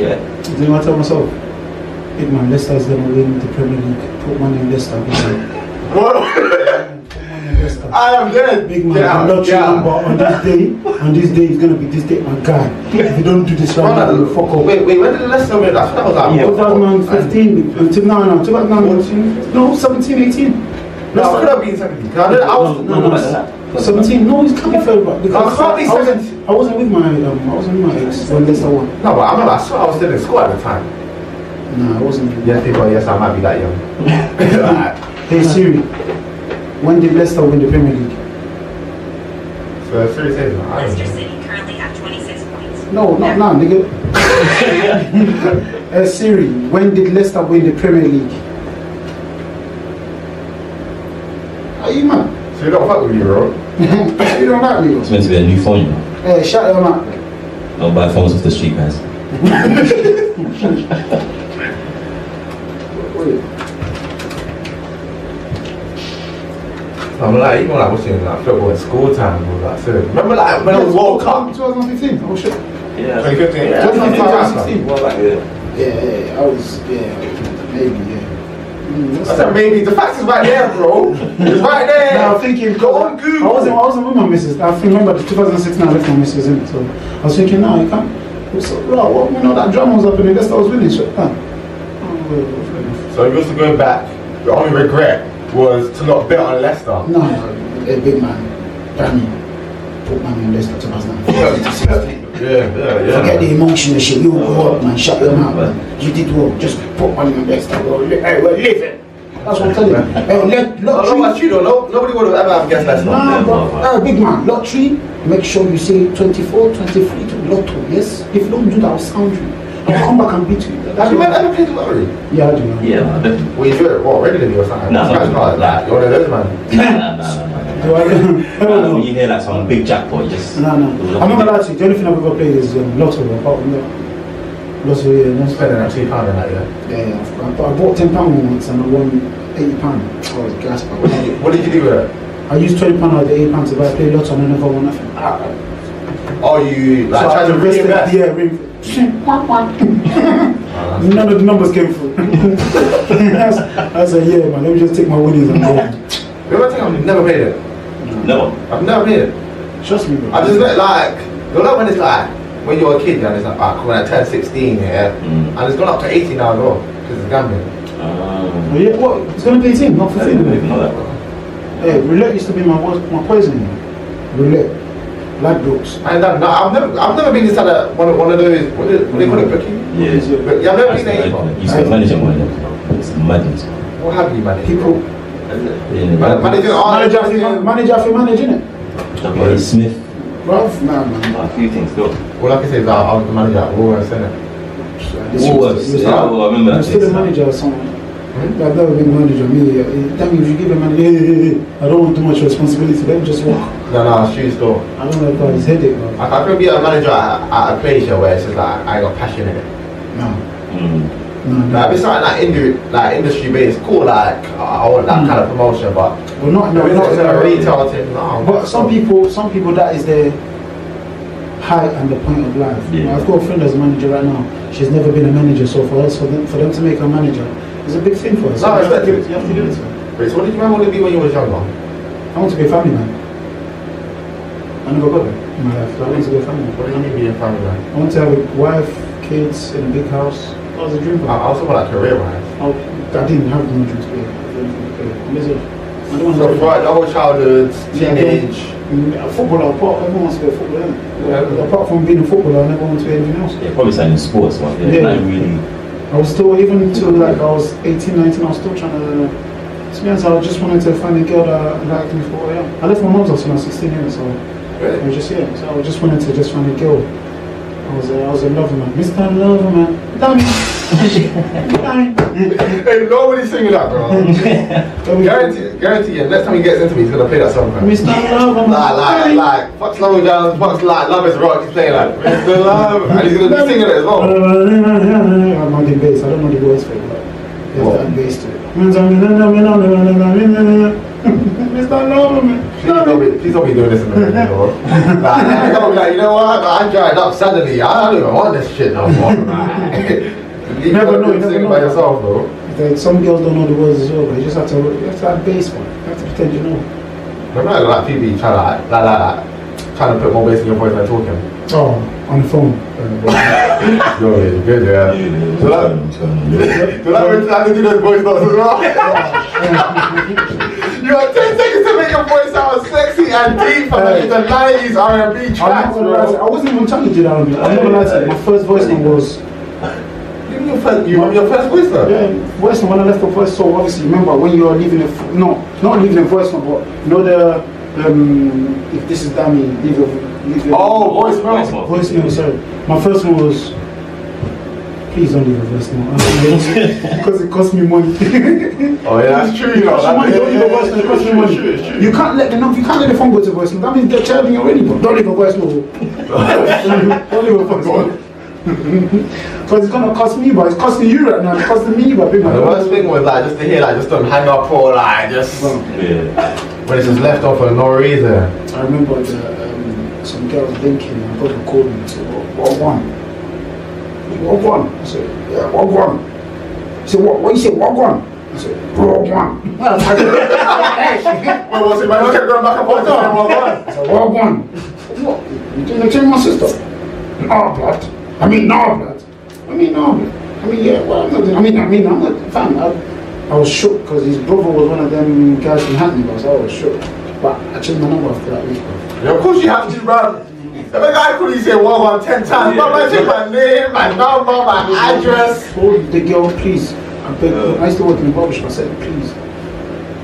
Speaker 5: Yeah.
Speaker 2: Then I tell myself, if my Leicester's gonna win the Premier League, put money in Leicester. Put money in Leicester.
Speaker 1: I am dead.
Speaker 2: Big man,
Speaker 1: Get
Speaker 2: I'm
Speaker 1: out,
Speaker 2: not
Speaker 1: get
Speaker 2: your
Speaker 1: out.
Speaker 2: number on this day. On this day, it's gonna be this day, my guy. If you don't do this right now,
Speaker 1: Brother,
Speaker 2: you fuck up.
Speaker 1: Wait, wait, when did the last time we that? That was like what, what,
Speaker 2: 2015 until now, no, 2014, no, 17, 18.
Speaker 1: No, I could have been 17. Cause I, didn't- I was.
Speaker 5: No, no, no, no, no.
Speaker 2: 17, no, he's coming for back. Because
Speaker 1: I was
Speaker 2: I, wasn't, I wasn't with my, um, I wasn't with my ex when Leicester won.
Speaker 1: No, but I remember I saw I was still in school at the time.
Speaker 2: Nah, I wasn't. with
Speaker 1: Yes, people, yes, I might be that young. Alright.
Speaker 2: Hey Siri, when did Leicester win the Premier League?
Speaker 1: so, seriously, I don't
Speaker 8: Leicester
Speaker 1: know.
Speaker 8: City currently have 26 points.
Speaker 2: No, not now, nigga. hey Siri, when did Leicester win the Premier League? Are you mad?
Speaker 1: So, you don't fuck with me, bro.
Speaker 2: you don't like me? Uh,
Speaker 5: It's meant to be a new phone, you know.
Speaker 2: Hey, shut them up.
Speaker 5: Don't buy phones off the street, guys.
Speaker 2: Wait,
Speaker 1: I'm like, even when I was in like football in school time and all that, so remember like when it was World Cup?
Speaker 2: 2015. Oh shit.
Speaker 3: Yeah.
Speaker 1: 2015?
Speaker 3: Yeah.
Speaker 1: 2015.
Speaker 3: Well, like, yeah.
Speaker 2: Yeah, yeah, I was, yeah, maybe, yeah. Mm,
Speaker 1: I
Speaker 2: what's
Speaker 1: said
Speaker 2: that?
Speaker 1: maybe the facts is right there, bro. It's right there.
Speaker 2: Now I'm thinking,
Speaker 1: go on Google.
Speaker 2: I wasn't, I wasn't with my missus. I think- remember the 2016 I left my missus in, so I was thinking, no, you can't. So, bro, well, you know, that drama was happening, that's what I was winning, shit. Huh. Oh, well, well, fair enough.
Speaker 1: So if you was to go back, the only regret was to not bet on Leicester.
Speaker 2: No, a big man, Rami, put money on this for 2016.
Speaker 1: Yeah, yeah, yeah.
Speaker 2: Forget the emotional shit. You grew up, man. Shut your mouth, man. You did well. Just put money on this. Hey, we're living. That's what I'm telling you. Hey, let,
Speaker 1: I don't know
Speaker 2: lottery.
Speaker 1: what you don't know. Nobody would have ever have guessed Leicester.
Speaker 2: Nah,
Speaker 5: Yeah,
Speaker 2: bro.
Speaker 5: man.
Speaker 2: Hey, big
Speaker 1: Ah.
Speaker 2: man, Ah, lottery. Make sure you say 24, 23 to lotto. Yes. If you don't do that, I'll sound you. I'll come back and beat you.
Speaker 1: Have you ever played the lottery?
Speaker 2: Yeah, I do. know.
Speaker 5: Yeah, nah, definitely.
Speaker 1: Well, you do it, what, regularly or something?
Speaker 5: Nah,
Speaker 1: It's
Speaker 5: not
Speaker 1: not like that. You're one of those, man.
Speaker 5: Nah, nah, nah, nah, nah,
Speaker 2: Do I? I
Speaker 5: nah.
Speaker 2: don't
Speaker 5: Nah,
Speaker 2: know.
Speaker 5: When you hear like some big jackpot, you just
Speaker 2: No, no. I'm not gonna lie to you. The only thing I've ever played is um, lotto. Apart from that, lotto, yeah, no spending.
Speaker 1: Spending that £2 on that, yeah.
Speaker 2: Yeah, yeah. I, I bought ten pound once and I won eighty pound. I was gas
Speaker 1: What did,
Speaker 2: pound.
Speaker 1: you, what did you do with it?
Speaker 2: I used twenty pound out of the eighty pound to buy play lotto and I never won nothing.
Speaker 1: Oh, you like, tried
Speaker 2: I
Speaker 1: to
Speaker 2: invested-
Speaker 1: reinvest?
Speaker 2: Yeah, reinvest.
Speaker 1: Oh, that's-
Speaker 2: None of the numbers came through. That's- I said, yeah, man. Let me just take my winnings and go.
Speaker 1: The only thing I've never made it.
Speaker 5: No,
Speaker 1: I've never made it.
Speaker 2: Trust me, bro.
Speaker 1: I just let, like, you know when it's like, when you're a kid, and it's like, ah, when I turned 16, yeah,
Speaker 5: Mm.
Speaker 1: and it's gone up to 18 now, as well, because it's gambling.
Speaker 5: um,
Speaker 2: Oh, yeah, what? It's gonna be eighteen, not
Speaker 5: I didn't
Speaker 2: fifteen.
Speaker 5: even know that, bro.
Speaker 2: Hey, roulette used to be my wo- my poison. Roulette, black dogs.
Speaker 1: I ain't done, no, I've never, I've never been inside a, one, of- one of those, what do, what do they call it, bookie?
Speaker 5: Yeah.
Speaker 1: But, yeah, I've never
Speaker 5: I
Speaker 1: been
Speaker 5: used
Speaker 1: there
Speaker 5: to-
Speaker 1: either.
Speaker 5: I used to manage one of them. It's madness.
Speaker 1: What have you managed?
Speaker 2: People,
Speaker 5: Yeah,
Speaker 1: Man- Managing art.
Speaker 2: manager after man- manager after manager, innit?
Speaker 5: Dr. Smith.
Speaker 2: Bruv, nah, man.
Speaker 3: A few things go.
Speaker 1: All I can say is that I was the manager at Woolworths, innit?
Speaker 5: Woolworths.
Speaker 2: This-
Speaker 5: Yeah, oh, I remember
Speaker 2: I'm
Speaker 5: that.
Speaker 2: still a
Speaker 5: place now.
Speaker 2: manager or something. I've never been a manager. Me, uh, tell me if you give a manager, hey, hey, hey, I don't want too much responsibility. Let me just walk.
Speaker 1: No, no, shoe store.
Speaker 2: I don't like that. It's headache, bro.
Speaker 1: I, I could be a manager at, at a place yeah, where it's just like I got passion in it.
Speaker 2: No,
Speaker 5: Mm.
Speaker 2: no,
Speaker 1: Like if
Speaker 2: no.
Speaker 1: it's something like industry, like industry based, cool. Like I want that kind of promotion, but
Speaker 2: We're not, no,
Speaker 1: if
Speaker 2: we're
Speaker 1: it's
Speaker 2: not
Speaker 1: just a retail thing, no.
Speaker 2: But some people, some people that is their high and the point of life.
Speaker 5: Yeah.
Speaker 2: I've got a friend that's a manager right now. She's never been a manager, so for us, for them, for them to make her manager is a big thing for us.
Speaker 1: No, I
Speaker 2: you,
Speaker 1: respect
Speaker 2: have to give
Speaker 1: it.
Speaker 2: it, you have to give it to her.
Speaker 1: Wait, so what did you remember to be when you was younger?
Speaker 2: I want to be a family man. I never got that in my life. I want to be a family man.
Speaker 1: What did you mean being family man?
Speaker 2: I want to have a wife, kids, in a big house. That was a dream.
Speaker 1: I,
Speaker 2: bro.
Speaker 1: I was talking about like career wise.
Speaker 2: I, I didn't have no dream to be. a- I'm miserable. I don't
Speaker 1: So
Speaker 2: want
Speaker 1: throughout the whole childhood,
Speaker 2: Yeah,
Speaker 1: teenage.
Speaker 2: to be a footballer. Apart, everyone wants to be a footballer. innit?
Speaker 1: Yeah.
Speaker 2: Apart from being a footballer, I never want to be anything else.
Speaker 5: Yeah, probably something in sports, but yeah,
Speaker 2: Yeah.
Speaker 5: not really.
Speaker 2: I was still, even until like I was 18, 19, I was still trying to. To be honest, I just wanted to find a girl that liked me for who I am. I left my mom's house when I was 16 years so I
Speaker 1: Really?
Speaker 2: was just yeah. So I just wanted to just find a girl. I was, uh, I was a lover man, Mr. Lover man, damn it, damn it.
Speaker 1: Hey, nobody's singing that, bro. guarantee, guarantee. Yeah, next time he gets into me, he's gonna play that song. Man.
Speaker 2: Mr. Lover man,
Speaker 1: Like, like,
Speaker 2: damn it.
Speaker 1: like, fuck Slow Down, fuck like, Love is Rock, he's playing like, Mr. Love, and he's gonna be singing it as well.
Speaker 2: I'm on the bass. I don't know the words for it. but There's that bass to it. Mr. Loverman.
Speaker 1: Please don't, be, please don't be doing this in the middle of the world. Like, I don't be like, you know what? I dried up suddenly. I don't even want this shit no more. you
Speaker 2: never
Speaker 1: gotta
Speaker 2: know, you
Speaker 1: sing
Speaker 2: never
Speaker 1: by
Speaker 2: know.
Speaker 1: yourself, bro.
Speaker 2: Like, Some girls don't know the words as well, but you just have to, you have to have bass one. You have to pretend you know.
Speaker 1: I'm not like PB trying to like, like, like, like, trying to put more bass in your voice than talking.
Speaker 2: Oh, on the phone.
Speaker 1: You're really good, yeah. So that, so that means I have to do those voice notes as well. you have 10 seconds to make your voice sound sexy and deep and like the 90s R&B
Speaker 2: I'm
Speaker 1: tracks,
Speaker 2: not gonna lie to you,
Speaker 1: bro.
Speaker 2: I wasn't even trying to do that on you. I'm not gonna lie to you. My first voice note was,
Speaker 1: You remember your first, you remember your first voice note?
Speaker 2: yeah, voice note when I left the voice. So obviously, remember when you're leaving a, f- no, not leaving a voice note, but you know the, um, if this is dummy, leave your, leave your.
Speaker 1: Oh, voice notes.
Speaker 2: Voice mail, sorry. My first one was, please don't leave a voice mail. I'm late because it cost me money.
Speaker 1: Oh yeah, that's true. You know,
Speaker 2: Cost you money, don't leave a voice mail, it costs you money.
Speaker 1: True, true, true.
Speaker 2: You can't let the no, you can't let the phone go to voice mail. That means they're charging you already, but don't leave a voice mail. don't leave a voice mail. Because it's gonna cost me, but it's costing you right now. It's costing me, but big
Speaker 1: The
Speaker 2: man.
Speaker 1: worst thing was like just to hear like just don't hang up or like just
Speaker 5: Yeah.
Speaker 1: when it's just left off for no reason.
Speaker 2: I remember the, um, some girl thinking, and brother called me and said, "Oh, What, what one? He said, What one? I said, Yeah, what one? He said, What, what you say, what one? I said, Bro, one. I
Speaker 1: Wait, was it? Man, look at going back and forth. What
Speaker 2: said, What one? I said, What? You think they change my sister? No, blood. I mean, no, blood. I mean, no, blood. I mean, yeah, well, I'm not, I mean, I mean, I'm not, fam, I, I was shook because his brother was one of them guys from Hackney, I was, I was shook. But I changed my number after that week, bro.
Speaker 1: Yeah, of course you have to, bro. If a guy could say one one ten times, but I take my name, my number, my address.
Speaker 2: told the girl, please, I beg you. I used to work in a barber shop. I said, please,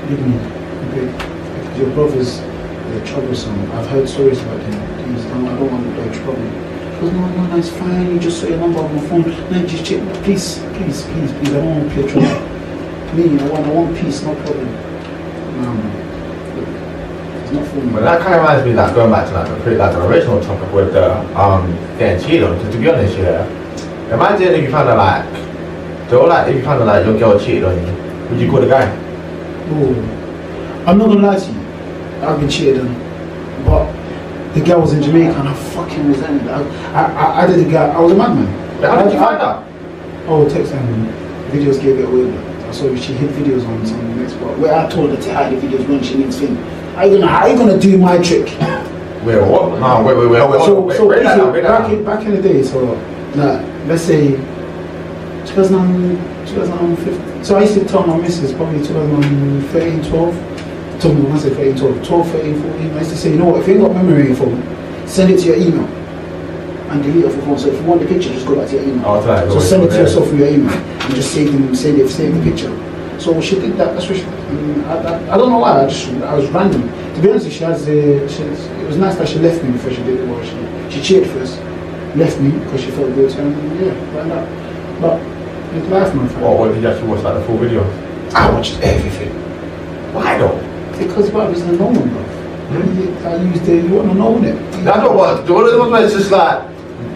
Speaker 2: leave me. I beg. If your brother's they're troublesome. I've heard stories about him. Please, no, I don't want to be trouble. She goes, no, no, no, it's fine. You just saw your number on my phone. No, just check. Please, please, please, please. I don't want to play trouble. me, I want, I want peace, no problem. No, man. Look, It's not for me.
Speaker 1: But that kind of reminds me, like going back to like the pre, like the original topic with the um getting cheated on. 'cause to be honest, yeah, imagine if you found out like, so like if you found out like your girl cheated on you, would you call the guy?
Speaker 2: Oh, I'm not gonna lie to you. I've been cheated on, but the girl was in Jamaica and I fucking resented. I, I, I, I did the guy. I was a madman.
Speaker 1: How did you find
Speaker 2: I-
Speaker 1: out?
Speaker 2: Oh, text and videos gave it away. I saw she hid videos on some next part where I told her to hide the videos when she needs him. How you gonna how you gonna do my trick?
Speaker 1: Wait, what? No, wait, wait, wait. wait,
Speaker 2: so
Speaker 1: wait,
Speaker 2: so
Speaker 1: wait,
Speaker 2: basically,
Speaker 1: wait, wait,
Speaker 2: back
Speaker 1: wait.
Speaker 2: in back in the day, so nah, let's say 2000, 2015. So I used to tell my missus probably 2013, 12. Told me when I say 13, 12, 12, 13, 14. I used to say, you know what, if you ain't got memory in your phone, send it to your email and delete it off your phone. So if you want the picture, just go back to your email.
Speaker 1: Oh, that's right.
Speaker 2: So send it to
Speaker 1: Yeah.
Speaker 2: yourself with your email and just save them, save it, save the picture. So she did that. That's what she. I, mean, I, I, I don't know why. I just I was random. To be honest, she has. A, she, it was nice that she left me before she did. Well, she she cheered first, left me because she felt guilty. And yeah, why not? But it's life, my friend.
Speaker 1: What? What did you actually watch like the full video?
Speaker 2: I watched everything
Speaker 1: Why though?
Speaker 2: because why was the normal, bro? I used to. You want to know it?
Speaker 1: Hmm? That's not what. The only one where it's just like,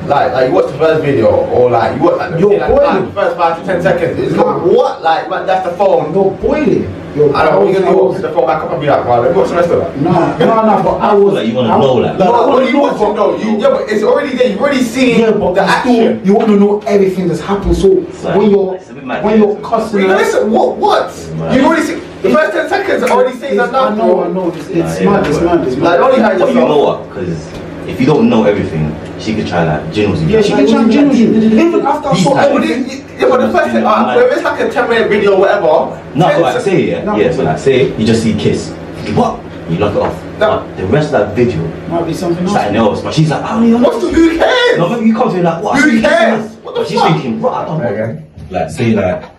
Speaker 1: like, like you watch the first video or like you watch like, the-
Speaker 2: Yo,
Speaker 1: like,
Speaker 2: boy.
Speaker 1: like, the first five to ten seconds. It's
Speaker 2: Nah.
Speaker 1: not what like, but that's the phone.
Speaker 2: You're boiling. You're
Speaker 1: I don't think you walk to the phone back up and be like, wow, let me watch the rest of that.
Speaker 2: No, no, no. But I was.
Speaker 5: Like, you wanna
Speaker 2: I was-
Speaker 5: know that.
Speaker 1: No,
Speaker 2: I
Speaker 1: what
Speaker 2: wanna
Speaker 1: are you
Speaker 2: know,
Speaker 1: watching
Speaker 2: but-
Speaker 1: though? You, yeah, but it's already there. You've already seen
Speaker 2: Yeah, but
Speaker 1: the
Speaker 2: you still,
Speaker 1: action.
Speaker 2: you want to know everything that's happened. So
Speaker 5: like-
Speaker 2: when you're
Speaker 5: it's a bit mad,
Speaker 2: when
Speaker 5: yeah,
Speaker 2: you're
Speaker 5: it's a bit
Speaker 2: cussing,
Speaker 1: Wait, no,
Speaker 2: her-
Speaker 1: listen, what? What?
Speaker 5: Nah.
Speaker 1: You've already seen the first ten seconds. are already seen
Speaker 2: It's-
Speaker 1: that now.
Speaker 2: I know, I know. It's, it's
Speaker 5: Nah,
Speaker 2: mad.
Speaker 5: yeah,
Speaker 2: It's
Speaker 5: but-
Speaker 2: mad. It's
Speaker 1: Like,
Speaker 2: mad.
Speaker 1: only had
Speaker 5: But you know
Speaker 1: yourself.
Speaker 5: what? Because if you don't know everything, she could try that. Jin was
Speaker 2: Yeah, she can try and gin you. Even after I
Speaker 5: These
Speaker 2: saw
Speaker 5: type-
Speaker 1: But
Speaker 2: everything,
Speaker 1: it- Yeah, but the first thing, uh, so if it's like a 10 minute video or whatever,
Speaker 5: No,
Speaker 1: 10
Speaker 5: so like
Speaker 1: sec-
Speaker 5: say yeah,
Speaker 2: No.
Speaker 5: yeah. So like say you just see kiss, you what? You knock it off.
Speaker 1: No.
Speaker 5: But the rest of that video,
Speaker 2: might be something else.
Speaker 5: something else. But she's like, I don't even know.
Speaker 1: What's the who cares?
Speaker 5: No, maybe you come to me like, what? I
Speaker 1: Who
Speaker 5: see kissing
Speaker 1: cares?
Speaker 5: us.
Speaker 1: What the
Speaker 5: but she's
Speaker 1: fuck?
Speaker 5: thinking, right, I don't know. Like say like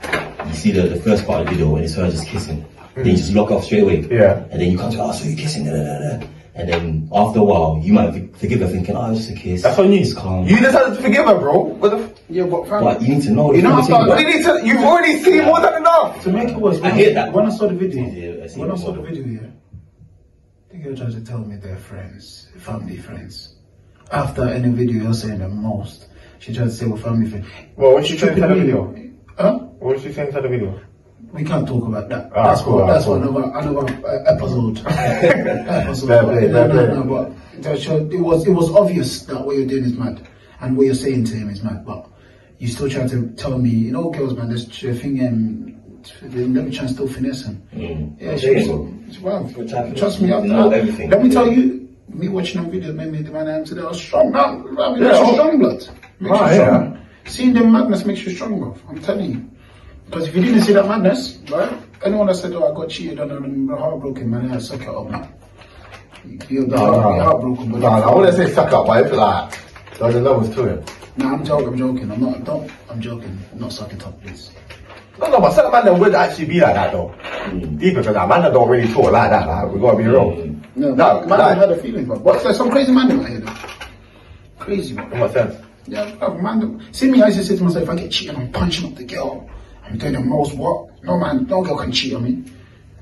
Speaker 5: you see the, the first part of the video and it's her just kissing. Then you just lock off straight away.
Speaker 1: Yeah.
Speaker 5: And then you come to her, oh, so you kissing, da, da, da, da. And then after a while, you might f- forgive her thinking, oh, it's just a kiss.
Speaker 1: That's on you.
Speaker 5: It's calm.
Speaker 1: You decided to forgive her, bro. What the? F-
Speaker 2: Yeah, but fam,
Speaker 5: but you need to know.
Speaker 2: You know,
Speaker 5: what
Speaker 2: after-
Speaker 5: I'm
Speaker 1: what do you need to? You've already seen more than enough.
Speaker 2: to make it worse,
Speaker 5: I
Speaker 2: when
Speaker 5: hear that.
Speaker 2: When I saw the video,
Speaker 5: Yeah, I see
Speaker 2: when I
Speaker 5: that
Speaker 2: saw the
Speaker 5: one.
Speaker 2: video, yeah, the girl tried to tell me they're friends, family friends. After any video, you're saying the most. She tried to say we're family friends.
Speaker 1: Well, when she tried to tell the video,
Speaker 2: Huh?
Speaker 1: what did she say inside the video?
Speaker 2: We can't talk about that.
Speaker 1: Ah,
Speaker 2: that's
Speaker 1: cool,
Speaker 2: what.
Speaker 1: ah,
Speaker 2: That's
Speaker 1: cool.
Speaker 2: what. Another, another uh, episode. episode.
Speaker 1: Fair play,
Speaker 2: no, no,
Speaker 1: fair
Speaker 2: no, But that showed- it was it was obvious that what you're doing is mad, and what you're saying to him is mad. But you still try to tell me, you know, girls, man, this ch- thing. Um, let me try and still finesse him. Yeah, she was. it's Wow, trust me, I
Speaker 5: Know everything.
Speaker 2: Let me tell you. Me watching that video made me the man I am today. I was strong, man. I mean,
Speaker 1: Yeah,
Speaker 2: that's
Speaker 1: oh.
Speaker 2: strong blood. Makes
Speaker 1: Ah,
Speaker 2: you
Speaker 1: yeah.
Speaker 2: strong. Seeing the madness makes you strong, bro. I'm telling you. Because if you didn't see that madness, right? Anyone that said, "Oh, I got cheated on, I'm heartbroken, man," I suck it up, man. You're
Speaker 1: No, no,
Speaker 2: you're heartbroken,
Speaker 1: no,
Speaker 2: but
Speaker 1: no. I wouldn't say suck up, but I feel like there's a levels to it.
Speaker 2: Nah, I'm joking. I'm joking. I'm not. Don't. I'm joking. Not suck it up, please.
Speaker 1: No, no, but certain man that would actually be like that though. Deeper, because that man that don't really talk like that. Like we gotta be real. No,
Speaker 2: No, no man,
Speaker 1: no.
Speaker 2: I had a feeling, bro. But there's some crazy man out here, though. Crazy, bro.
Speaker 1: In what sense?
Speaker 2: Yeah, i oh, man. See me, I used to say to myself, if I get cheated, I'm punching up the girl. I'm doing the most what? No man, no girl can cheat on me.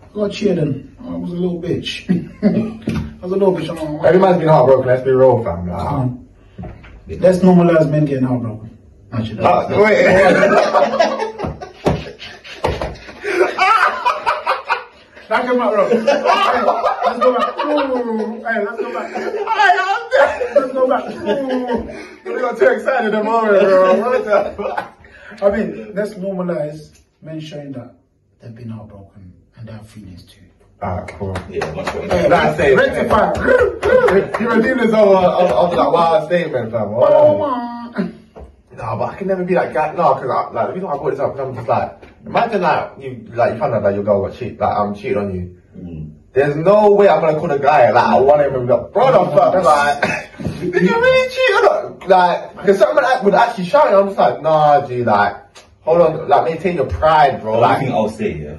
Speaker 2: I got cheated on. I was a little bitch. I was a little bitch. I'm like,
Speaker 1: Hmm. Every man's been heartbroken. Let's be real, fam. Like,
Speaker 2: um, Let's normalize men getting heartbroken. punch it
Speaker 1: Ah,
Speaker 2: up.
Speaker 1: wait.
Speaker 7: That came out wrong. let's go back. Ooh, hey, let's go back. Let's go back. Ooh.
Speaker 1: We got too excited a moment, bro. What the fuck?
Speaker 7: I mean, let's normalize men showing that they've been heartbroken and they have feelings too.
Speaker 1: Ah, cool.
Speaker 5: Yeah, much better.
Speaker 1: That's it.
Speaker 7: Rectify.
Speaker 1: You redeemed this over over over that wild statement, fam.
Speaker 7: Oh,
Speaker 1: Oh,
Speaker 7: man.
Speaker 1: no, but I can never be like that. No, because like the reason why I brought this up, 'cause I'm just like, imagine like you like you found out that your girl got cheat, like I'm cheating on you.
Speaker 5: Mm.
Speaker 1: There's no way I'm gonna call a guy like I want him to be like, bro, the
Speaker 5: Mm.
Speaker 1: fuck, like, did you really cheat on her? Like, because someone act- would actually shout, and I'm just like, nah, G, like, hold on, like maintain your pride, bro.
Speaker 5: The only
Speaker 1: Like,
Speaker 5: thing I'll say, yeah,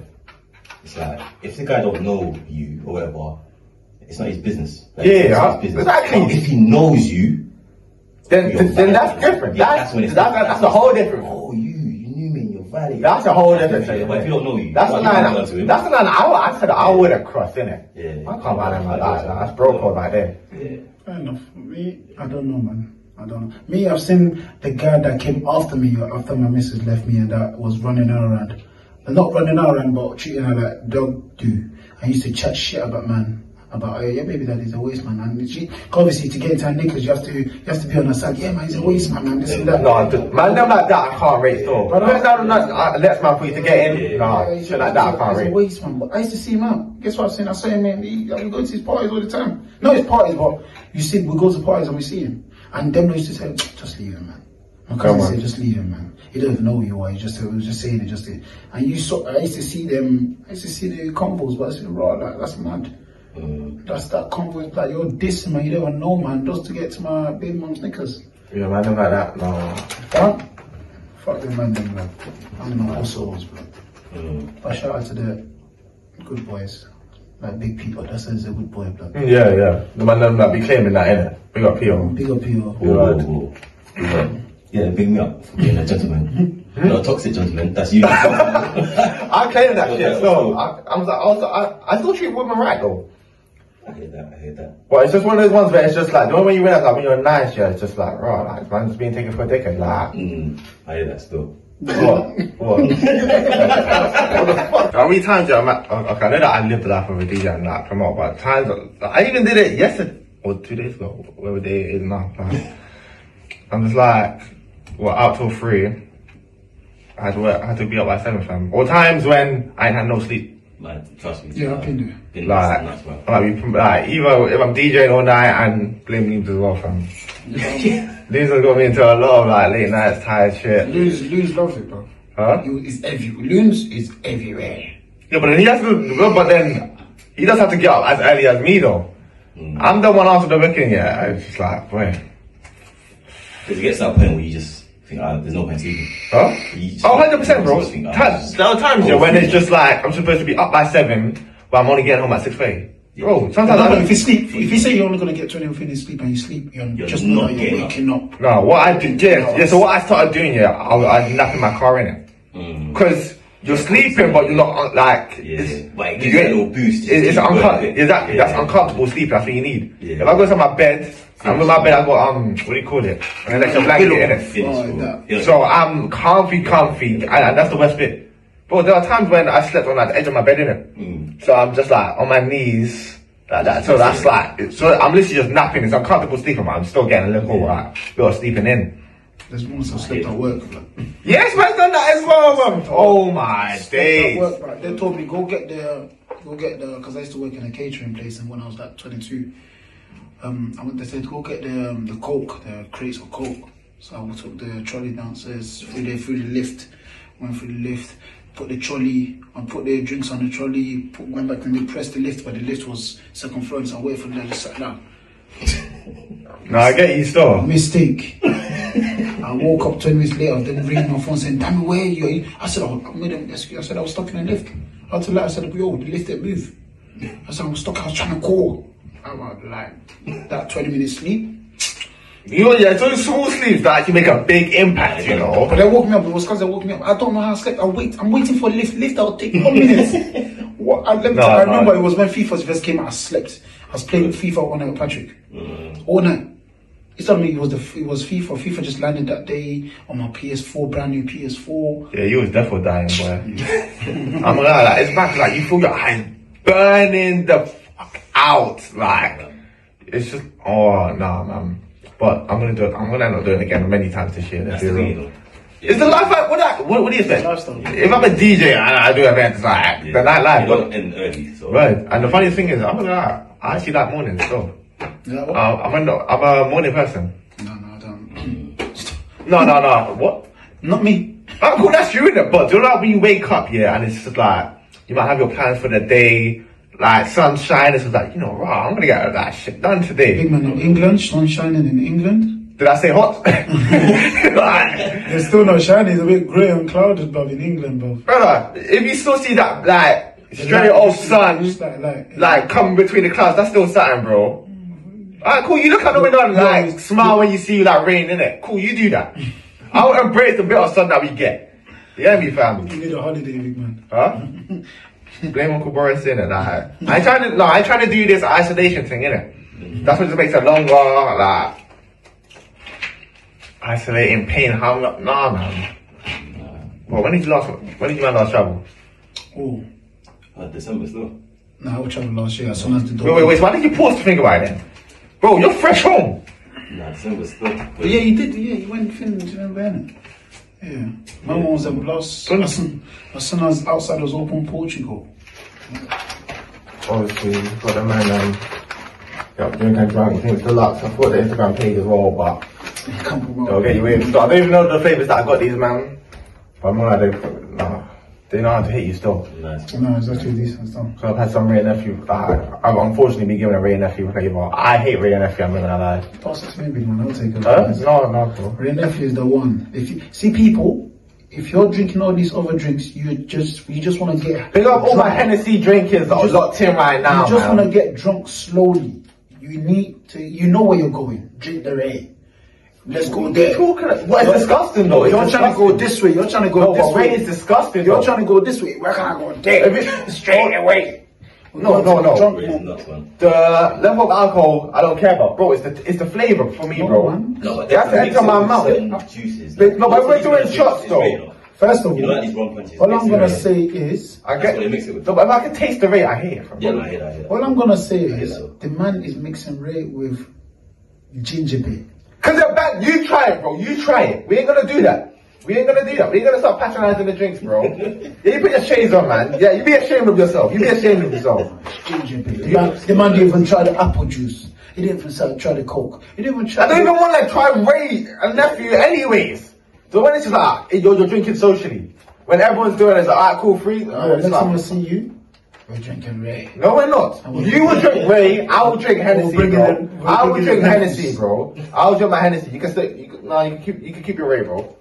Speaker 5: it's like if the guy don't know you or whatever, it's not his business. Like,
Speaker 1: Yeah,
Speaker 5: it's not
Speaker 1: huh? Exactly.
Speaker 5: But if he knows you,
Speaker 1: then
Speaker 5: you're
Speaker 1: then, then
Speaker 5: valid.
Speaker 1: that's different.
Speaker 5: Yeah,
Speaker 1: that's that's,
Speaker 5: when it's
Speaker 1: that's, that's, a whole different.
Speaker 5: Oh, you, you knew me, and you're valid.
Speaker 1: That's a whole different thing.
Speaker 5: But if you don't know you,
Speaker 1: That's
Speaker 5: why
Speaker 1: a
Speaker 5: you
Speaker 1: nine.
Speaker 5: gonna go to him?
Speaker 1: That's a nine. I, I said I would have crossed in it.
Speaker 5: Yeah.
Speaker 1: I can't buy them like that. nah, That's bro code right there.
Speaker 7: Fair enough. Me, I don't know, man. I don't know. Me, I've seen the guy that came after me after my missus left me and that was running her around. And not running her around, but treating her like dog do. I used to chat shit about man. About, oh, yeah, maybe that is a waste man. And she, obviously, to get into her knickers, you have to, you have to be on her side. Yeah, man, he's a waste man, man. This and that.
Speaker 1: No, I just, man, them like that. I can't rate though.
Speaker 7: But
Speaker 1: But
Speaker 7: I-
Speaker 1: that's not not let's man for you to get in. Nah,
Speaker 7: Yeah,
Speaker 1: shit like that. I can't
Speaker 7: He's a
Speaker 1: rate.
Speaker 7: waste man, but I used to see him out. Guess what I've seen? I saw him in. He, I would go to his parties all the time. Not his parties, but you see, we go to parties and we see him. And them used to say, just leave him, man. My cousin
Speaker 1: on.
Speaker 7: said, just leave him, man. He doesn't know who you are. He just he was just saying it, just. To, and you saw. I used to see them. I used to see the combos, but I said, raw, like, that's mad.
Speaker 1: Mm.
Speaker 7: That's that combo. It's like you're dissing, man. You don't even know, man. Just to get to my baby mom's knickers.
Speaker 1: Yeah, man, them like that. No.
Speaker 7: Huh? Fuck the man, then, bro. I'm not all souls, bro.
Speaker 5: Mm.
Speaker 7: But shout out to the good boys, like Big Peter. That's a, he's a good boy, bro.
Speaker 1: Yeah, yeah. The man them like be claiming that in it. We got P.O.
Speaker 7: Big up Peter.
Speaker 5: Whoa,
Speaker 1: Right.
Speaker 5: whoa, whoa. Yeah, big me up for being a gentleman.
Speaker 1: Hmm?
Speaker 5: Not a toxic gentleman. That's you. I
Speaker 1: I claim that shit.
Speaker 5: Yeah,
Speaker 1: So
Speaker 5: so-
Speaker 1: I, I was like, also, I, I still treat women right though.
Speaker 5: hear that. I hear that.
Speaker 1: But it's just one of those ones where it's just like the moment you realize like when you're nice, yeah, it's just like, right, like man's being taken for a dickhead, like.
Speaker 5: Mm, I hear that still.
Speaker 1: What? What? what the fuck? How many times am I? oh, Okay, I know that I live the life of a DJ and like promote, but times I even did it yesterday or two days ago, whatever day it is now. like, I'm just like, well, out till three. I had to work. I had to be up by seven, fam. Or times when I had no sleep.
Speaker 5: Like, trust me.
Speaker 7: Yeah, I've been there.
Speaker 5: Been
Speaker 1: Like,
Speaker 5: nice, man.
Speaker 1: like, we, like either if I'm DJing all night and playing leaves as well, fam. Leaves has got me into a lot of like late nights, tired shit.
Speaker 2: Lose, lose, love it, bro.
Speaker 1: Huh?
Speaker 2: You is every loons is everywhere.
Speaker 1: Yeah, but then he has to. well, But then he does have to get up as early as me, though.
Speaker 7: Mm.
Speaker 1: I'm the one after the booking. Yeah, it's just like, boy,
Speaker 5: Because it gets to that point where you just think, ah, there's no point sleeping.
Speaker 1: huh?
Speaker 5: You just-
Speaker 1: Oh, 100 percent, bro.
Speaker 5: you just think, ah,
Speaker 1: Times- There are times yeah, when it's just like I'm supposed to be up by seven, but I'm only getting home at six thirty. Bro, sometimes I
Speaker 7: No, but
Speaker 1: don't.
Speaker 7: if you sleep, if you say you're only gonna get 20 minutes sleep and you sleep, you're,
Speaker 5: You're
Speaker 7: just not
Speaker 5: not
Speaker 7: you're
Speaker 5: getting
Speaker 7: waking up.
Speaker 1: No, what I do, yeah, yeah. So what I started doing, yeah, I was I was napping my car in it,
Speaker 5: Mm.
Speaker 1: because you're sleeping, but you're not uh, like.
Speaker 5: Yeah,
Speaker 1: it's-
Speaker 5: but it
Speaker 1: you
Speaker 5: gives you a
Speaker 1: get-
Speaker 5: little boost.
Speaker 1: It's, it's
Speaker 5: Keep going a
Speaker 1: uncom-
Speaker 5: bit.
Speaker 1: exactly.
Speaker 5: Yeah.
Speaker 1: That's uncomfortable sleep. That's what you need.
Speaker 5: Yeah.
Speaker 1: If I go to my bed, I'm in my bed. I got um, what do you call it? An electric blanket in it.
Speaker 5: Finish,
Speaker 7: Oh,
Speaker 5: bro.
Speaker 7: that-
Speaker 5: Yeah.
Speaker 1: So I'm comfy, comfy, and, and that's the worst bit. Bro, there are times when I slept on like, the edge of my bed in it.
Speaker 5: Mm.
Speaker 1: So I'm just like on my knees. Like that. So that's like, so I'm literally just napping. It's uncomfortable sleeping, but I'm still getting a little like, little sleeping in.
Speaker 7: There's once I've slept at work, bro.
Speaker 1: Yes, man's done that as well, man. Oh my
Speaker 7: At
Speaker 1: days.
Speaker 7: work, bro. They told me go get the, go get the, because I used to work in a catering place, and when I was like 22, um, I went. They said go get the um, the coke, the crates of coke. So I took the trolley downstairs through the through the lift, went through the lift, put the trolley, I put the drinks on the trolley, put, went back and they pressed the lift, but the lift was second floor, so I waited for them to sat down.
Speaker 1: No, I get you still.
Speaker 7: Mistake. I woke up 20 minutes later, then ringing my phone saying, Damn, where are you? I said, oh, I made an excuse. I said, I was stuck in the lift. I told her, I said, Yo, the lift didn't move. I said, I was stuck, I was trying to call. I'm out, like, that 20 minute sleep.
Speaker 1: You, yeah, it's only small sleeps that actually make a big impact, you know.
Speaker 7: But they woke me up, it was because they woke me up. I don't know how I slept. I wait, I'm waiting for lift. Lift, I'll take one minute. what, I, let me
Speaker 1: No,
Speaker 7: tell you, I
Speaker 1: no. Mm.
Speaker 7: remember it was when FIFA first came out, I slept. I was playing FIFA all night with Patrick. All night. It's not me. It was the it was FIFA. FIFA just landed that day on my PS4, brand new PS4.
Speaker 9: Yeah, you was definitely dying, boy. I'm not gonna lie, like, it's back like you feel your hands burning the fuck out. Like it's just oh nah man. But I'm gonna do it. I'm gonna end up doing it again many times this year. That's
Speaker 5: the thing,
Speaker 9: real.
Speaker 5: though.
Speaker 9: It's the life. I, what, I, what what do you think?
Speaker 7: Lifestyle.
Speaker 9: If I'm a DJ and I do events like the nightlife,
Speaker 5: You
Speaker 9: but
Speaker 5: don't end early, so.
Speaker 9: right. And the funny thing is, I'm gonna lie, I actually like mornings. So
Speaker 7: Yeah,
Speaker 9: uh,
Speaker 7: what?
Speaker 9: I'm a, I'm a morning person.
Speaker 7: no, no, I don't.
Speaker 9: No no no. What?
Speaker 7: Not me.
Speaker 9: Oh, cool, that's you in it. But do you know like, when you wake up, yeah, and it's just like you might have your plans for the day, like sunshine. It's just like you know, rah, I'm gonna get all that shit done
Speaker 7: Big
Speaker 9: today.
Speaker 7: man of England, sun shining in England.
Speaker 9: Did I say hot? like,
Speaker 7: It's still not shining. It's a bit grey and clouded, bruv, in England, bruv.
Speaker 9: brother, if you still see that like
Speaker 7: The
Speaker 9: straight
Speaker 7: light
Speaker 9: off
Speaker 7: just-
Speaker 9: sun,
Speaker 7: just like- like-
Speaker 9: like come between the clouds, that's still satin, bro. Alright, cool. You look out the window and
Speaker 7: No,
Speaker 9: like
Speaker 7: it's-
Speaker 9: smile when you see like rain, innit? Cool, you do that. I will embrace the bit of sun that we get. You hear me, family?
Speaker 7: You need a holiday, big man.
Speaker 9: Huh? Blame Uncle Boris in it. Like, I trying to no, I trying to do this isolation thing in
Speaker 1: Mm-hmm.
Speaker 9: it. That's what just makes it longer. Like isolating pain. How lo- nah, man. Well, when did you last? When did you man last travel?
Speaker 7: Oh,
Speaker 5: Uh, December still.
Speaker 7: no, I traveled last year as soon as the
Speaker 9: Wait,
Speaker 7: door.
Speaker 9: wait, wait. So why did you pause to think about it? Then? Bro, you're fresh home.
Speaker 5: Nah, December still.
Speaker 7: But yeah, you did. Yeah, you went Finland. You remember innit? Yeah. My mum was in Blas. As soon as soon as outside was open, Portugal.
Speaker 1: obviously you've got the man um yeah, doing kind of drunk things deluxe. I thought the Instagram page as well, but
Speaker 7: Can't go wrong.
Speaker 1: they'll get you in. So I don't even know the flavors that I got these man. But I'm not like they nah, they know how to hit you still.
Speaker 5: Nice.
Speaker 7: No, it's actually decent stuff.
Speaker 1: So I've had some Ray and nephew. I, I've unfortunately been given a Ray and nephew flavor. I hate Ray and nephew. I'm not gonna lie.
Speaker 7: Pass it to me, big man. I'll take it.
Speaker 1: Huh? No, no, bro.
Speaker 7: Ray Nephew is the one. If you see people, if you're drinking all these other drinks, you just you just want to get
Speaker 1: Big up all my
Speaker 7: drunk.
Speaker 1: Hennessy drinkers that are
Speaker 7: Just-
Speaker 1: locked in right now,
Speaker 7: You just
Speaker 1: man.
Speaker 7: want to get drunk slowly. You need to. You know where you're going. Drink the Ray. Let's go
Speaker 1: What are you
Speaker 7: there.
Speaker 1: talking about? What, it's disgusting though. It's
Speaker 7: You're trying to go
Speaker 1: disgusting.
Speaker 7: this way. You're trying to go
Speaker 1: No,
Speaker 7: this
Speaker 1: but
Speaker 7: way.
Speaker 1: Ray is disgusting.
Speaker 7: You're
Speaker 1: though.
Speaker 7: trying to go this way. Where can I go there? Straight away.
Speaker 1: No, no, no.
Speaker 7: Drunk
Speaker 5: Raise
Speaker 7: man.
Speaker 5: nuts, man.
Speaker 1: The level of alcohol, I don't care about, bro. It's the it's the flavor for me,
Speaker 7: No,
Speaker 1: bro.
Speaker 7: man.
Speaker 5: No, but
Speaker 1: They have to
Speaker 5: definitely
Speaker 1: enter my
Speaker 5: certain-
Speaker 1: mouth.
Speaker 5: certain Juices.
Speaker 1: But-
Speaker 5: like,
Speaker 1: no, but
Speaker 5: certain
Speaker 1: we're doing
Speaker 5: juices,
Speaker 1: shots,
Speaker 5: it's
Speaker 1: though.
Speaker 5: great, though.
Speaker 7: First of all,
Speaker 5: You know, like these rum punches.
Speaker 7: all I'm
Speaker 5: basically,
Speaker 7: gonna
Speaker 5: right?
Speaker 7: say is,
Speaker 1: I
Speaker 5: That's
Speaker 1: get
Speaker 5: what they mix it with.
Speaker 1: No, but if I can taste the rate, I hate it. From
Speaker 5: Yeah, nah, I hear that, I hear that.
Speaker 7: all I'm gonna say is,
Speaker 5: so.
Speaker 7: the man is mixing Ray with ginger beer.
Speaker 1: Cause they're bad. You try it, bro. You try it. We ain't gonna do that. We ain't gonna do that. We ain't gonna start patronizing the drinks, bro. yeah, you put your shades on, man. Yeah, you be ashamed of yourself. You be ashamed of yourself.
Speaker 7: Ginger beer. The man, the man didn't even try the apple juice. He didn't even try- try the coke. He didn't even try.
Speaker 1: I don't even want to try Ray and nephew anyways. So when it's just like, you're, you're drinking socially. When everyone's doing it, it's like, alright, cool, free.
Speaker 7: All right,
Speaker 1: It's
Speaker 7: next time I
Speaker 1: like,
Speaker 7: see you, we're drinking Ray.
Speaker 1: no, we're not. You will drink Ray, I will drink Hennessy,
Speaker 7: bring
Speaker 1: bro.
Speaker 7: it in- we'll
Speaker 1: I will
Speaker 7: bring it
Speaker 1: drink
Speaker 7: in.
Speaker 1: Hennessy, bro. I will drink my Hennessy. You can stay, you can, nah, you can keep, you can keep your Ray, bro.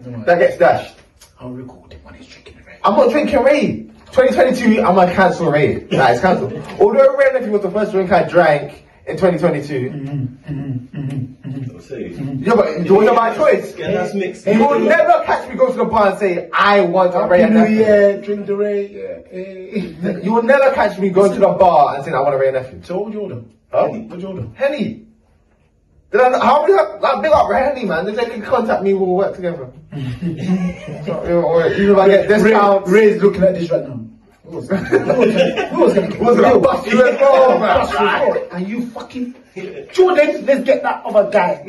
Speaker 1: That gets dashed.
Speaker 7: I'll record him when he's drinking the Ray.
Speaker 1: I'm not drinking Ray. 2022, I'm gonna cancel Ray. Nah, it's cancelled. Although Ray Nephew was the first drink I drank in 2022.
Speaker 7: Mm-hmm.
Speaker 5: I'll say.
Speaker 1: Yeah, but it wasn't my choice.
Speaker 5: Yeah, that's mixed.
Speaker 1: You will never catch me go to the bar and say, I want a Ray and
Speaker 7: Happy New
Speaker 1: Nephew.
Speaker 7: Year, drink the Ray. Yeah. Hey.
Speaker 1: You will never catch me going to the bar and saying, I want a Ray and Nephew.
Speaker 7: So what would you order?
Speaker 1: Huh?
Speaker 7: What would you order?
Speaker 1: Henny. Did I, how many, like, big up Henny, man. If they can contact me, we'll work together. so, you know, or even if I get
Speaker 7: Ray,
Speaker 1: discounts.
Speaker 7: Ray is looking at this right now. Who was gonna- who was gonna-
Speaker 1: Who was gonna
Speaker 7: Yo,
Speaker 1: bust you as well, man?
Speaker 7: bust you as well. And you fucking Jordan, let's get that other guy.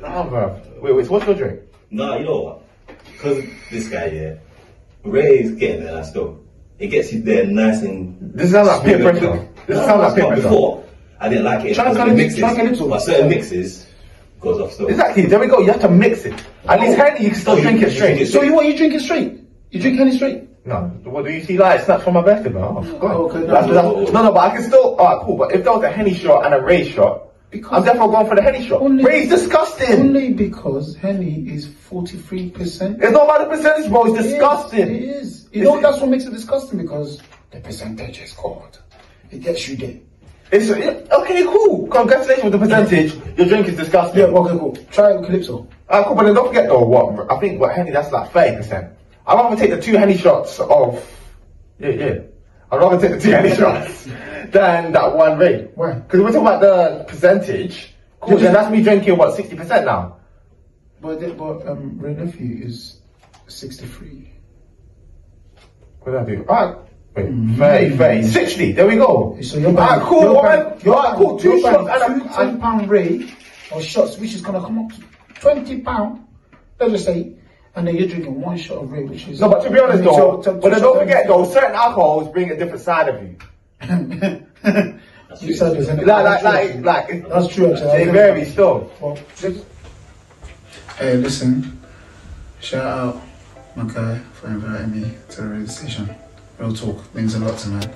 Speaker 1: Nah, bruv. Wait, wait, so what's your drink?
Speaker 5: Nah, you know what? Because this guy, yeah, Ray is getting there, that's dope. It gets you there nice and.
Speaker 1: This sounds like
Speaker 5: smooth
Speaker 1: pepper
Speaker 5: and quick.
Speaker 1: though. This
Speaker 5: No,
Speaker 1: sounds like
Speaker 5: that's not
Speaker 1: pepper though.
Speaker 5: Before, I didn't like it.
Speaker 7: Try
Speaker 5: because
Speaker 7: a
Speaker 5: of the
Speaker 7: little-
Speaker 5: mixes.
Speaker 7: try a little.
Speaker 5: But certain mixes goes off still.
Speaker 1: Exactly, there we go. You have to mix it. At least Henny, you can still
Speaker 5: Oh, you-
Speaker 1: drink
Speaker 5: you
Speaker 1: it straight.
Speaker 5: drink it
Speaker 7: so you what? You drinking straight? You drink Henny straight?
Speaker 1: No, what do you see? Like snacks for my birthday, man. Oh, God.
Speaker 7: Okay, no,
Speaker 1: that's,
Speaker 5: no,
Speaker 1: that's,
Speaker 5: no, no.
Speaker 1: no, no, but I can still. Alright, cool. But if there was a henny shot and a ray shot,
Speaker 7: Because-
Speaker 1: I'm definitely going for the henny shot.
Speaker 7: Only-
Speaker 1: Ray's disgusting.
Speaker 7: Only because Henny is forty-three percent.
Speaker 1: it's not about the percentage, bro. It's disgusting.
Speaker 7: It is. You
Speaker 1: It's-
Speaker 7: know that's what makes it disgusting because the percentage is God. It gets you there.
Speaker 1: It's it- okay, cool. Congratulations with the percentage. Your drink is disgusting.
Speaker 7: Yeah. Okay. Cool. Try Calypso.
Speaker 1: Alright, cool. But then don't forget though, what I think what henny that's like thirty percent. I'd rather take the two henny shots of. Yeah, yeah. I'd rather take the two henny shots than that one rate.
Speaker 2: Why?
Speaker 1: Because we're talking about the percentage. Cool, then that's me drinking what sixty percent now.
Speaker 2: But the- but um, Ray nephew is sixty three.
Speaker 1: What did I do? Alright. Wait, 30, 30, 60, there we go.
Speaker 2: Mm-hmm. So you're
Speaker 1: Alright,
Speaker 2: buying-
Speaker 1: cool,
Speaker 2: you're
Speaker 1: alright,
Speaker 2: buying-
Speaker 1: alright, cool, two
Speaker 2: you're buying
Speaker 1: shots and
Speaker 2: two
Speaker 1: I'm-
Speaker 2: ten pound rate or shots, which is gonna come up to twenty pound. Let's just say, and then you're drinking one shot of rate, which is
Speaker 1: No, but to be honest though,
Speaker 2: So, so-
Speaker 1: but then
Speaker 2: so-
Speaker 1: don't forget though, certain alcohols bring a different side of you.
Speaker 2: You said there's an-
Speaker 1: Like, like, like, like,
Speaker 2: That's true, actually.
Speaker 1: they vary still.
Speaker 2: Well, just- Hey, listen. Shout out my
Speaker 7: uh,
Speaker 2: guy for inviting me to the radio station. Real talk means a lot to man.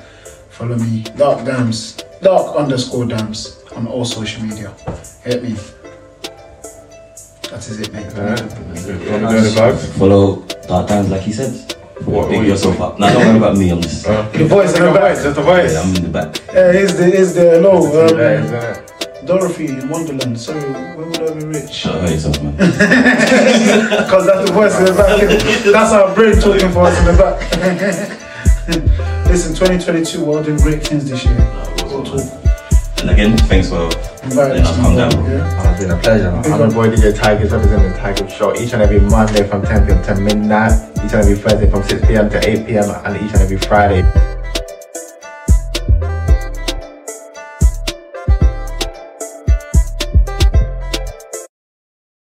Speaker 2: Follow me, Dark Dams, Dark underscore Dams on all social media. Hit me. That is it, mate.
Speaker 5: Follow Dark Times like he said.
Speaker 1: What-
Speaker 5: Big
Speaker 1: what-
Speaker 5: yourself up. Now don't worry about me, I'm just
Speaker 2: Your voice Um, in the back.
Speaker 1: just a voice.
Speaker 5: I'm in the back.
Speaker 2: Yeah, here's the, here's the hello. um,
Speaker 1: Yeah, isn't it?
Speaker 2: Dorothy in Wonderland. So, when would I be rich?
Speaker 5: Don't hurt yourself, man.
Speaker 2: Because that's the voice in the back. That's our brain talking for us in the back. Listen, 2022, we're all doing great things this year. Real talk.
Speaker 5: And again, thanks for
Speaker 2: Very
Speaker 5: letting us come down, bro.
Speaker 2: Yeah.
Speaker 1: Oh, It's been a pleasure. I'm your boy DJ Tigers representing the Tiger Show each and every Monday from 10 p.m. to midnight, each and every Thursday from 6 p.m. to 8 p.m., and each and every Friday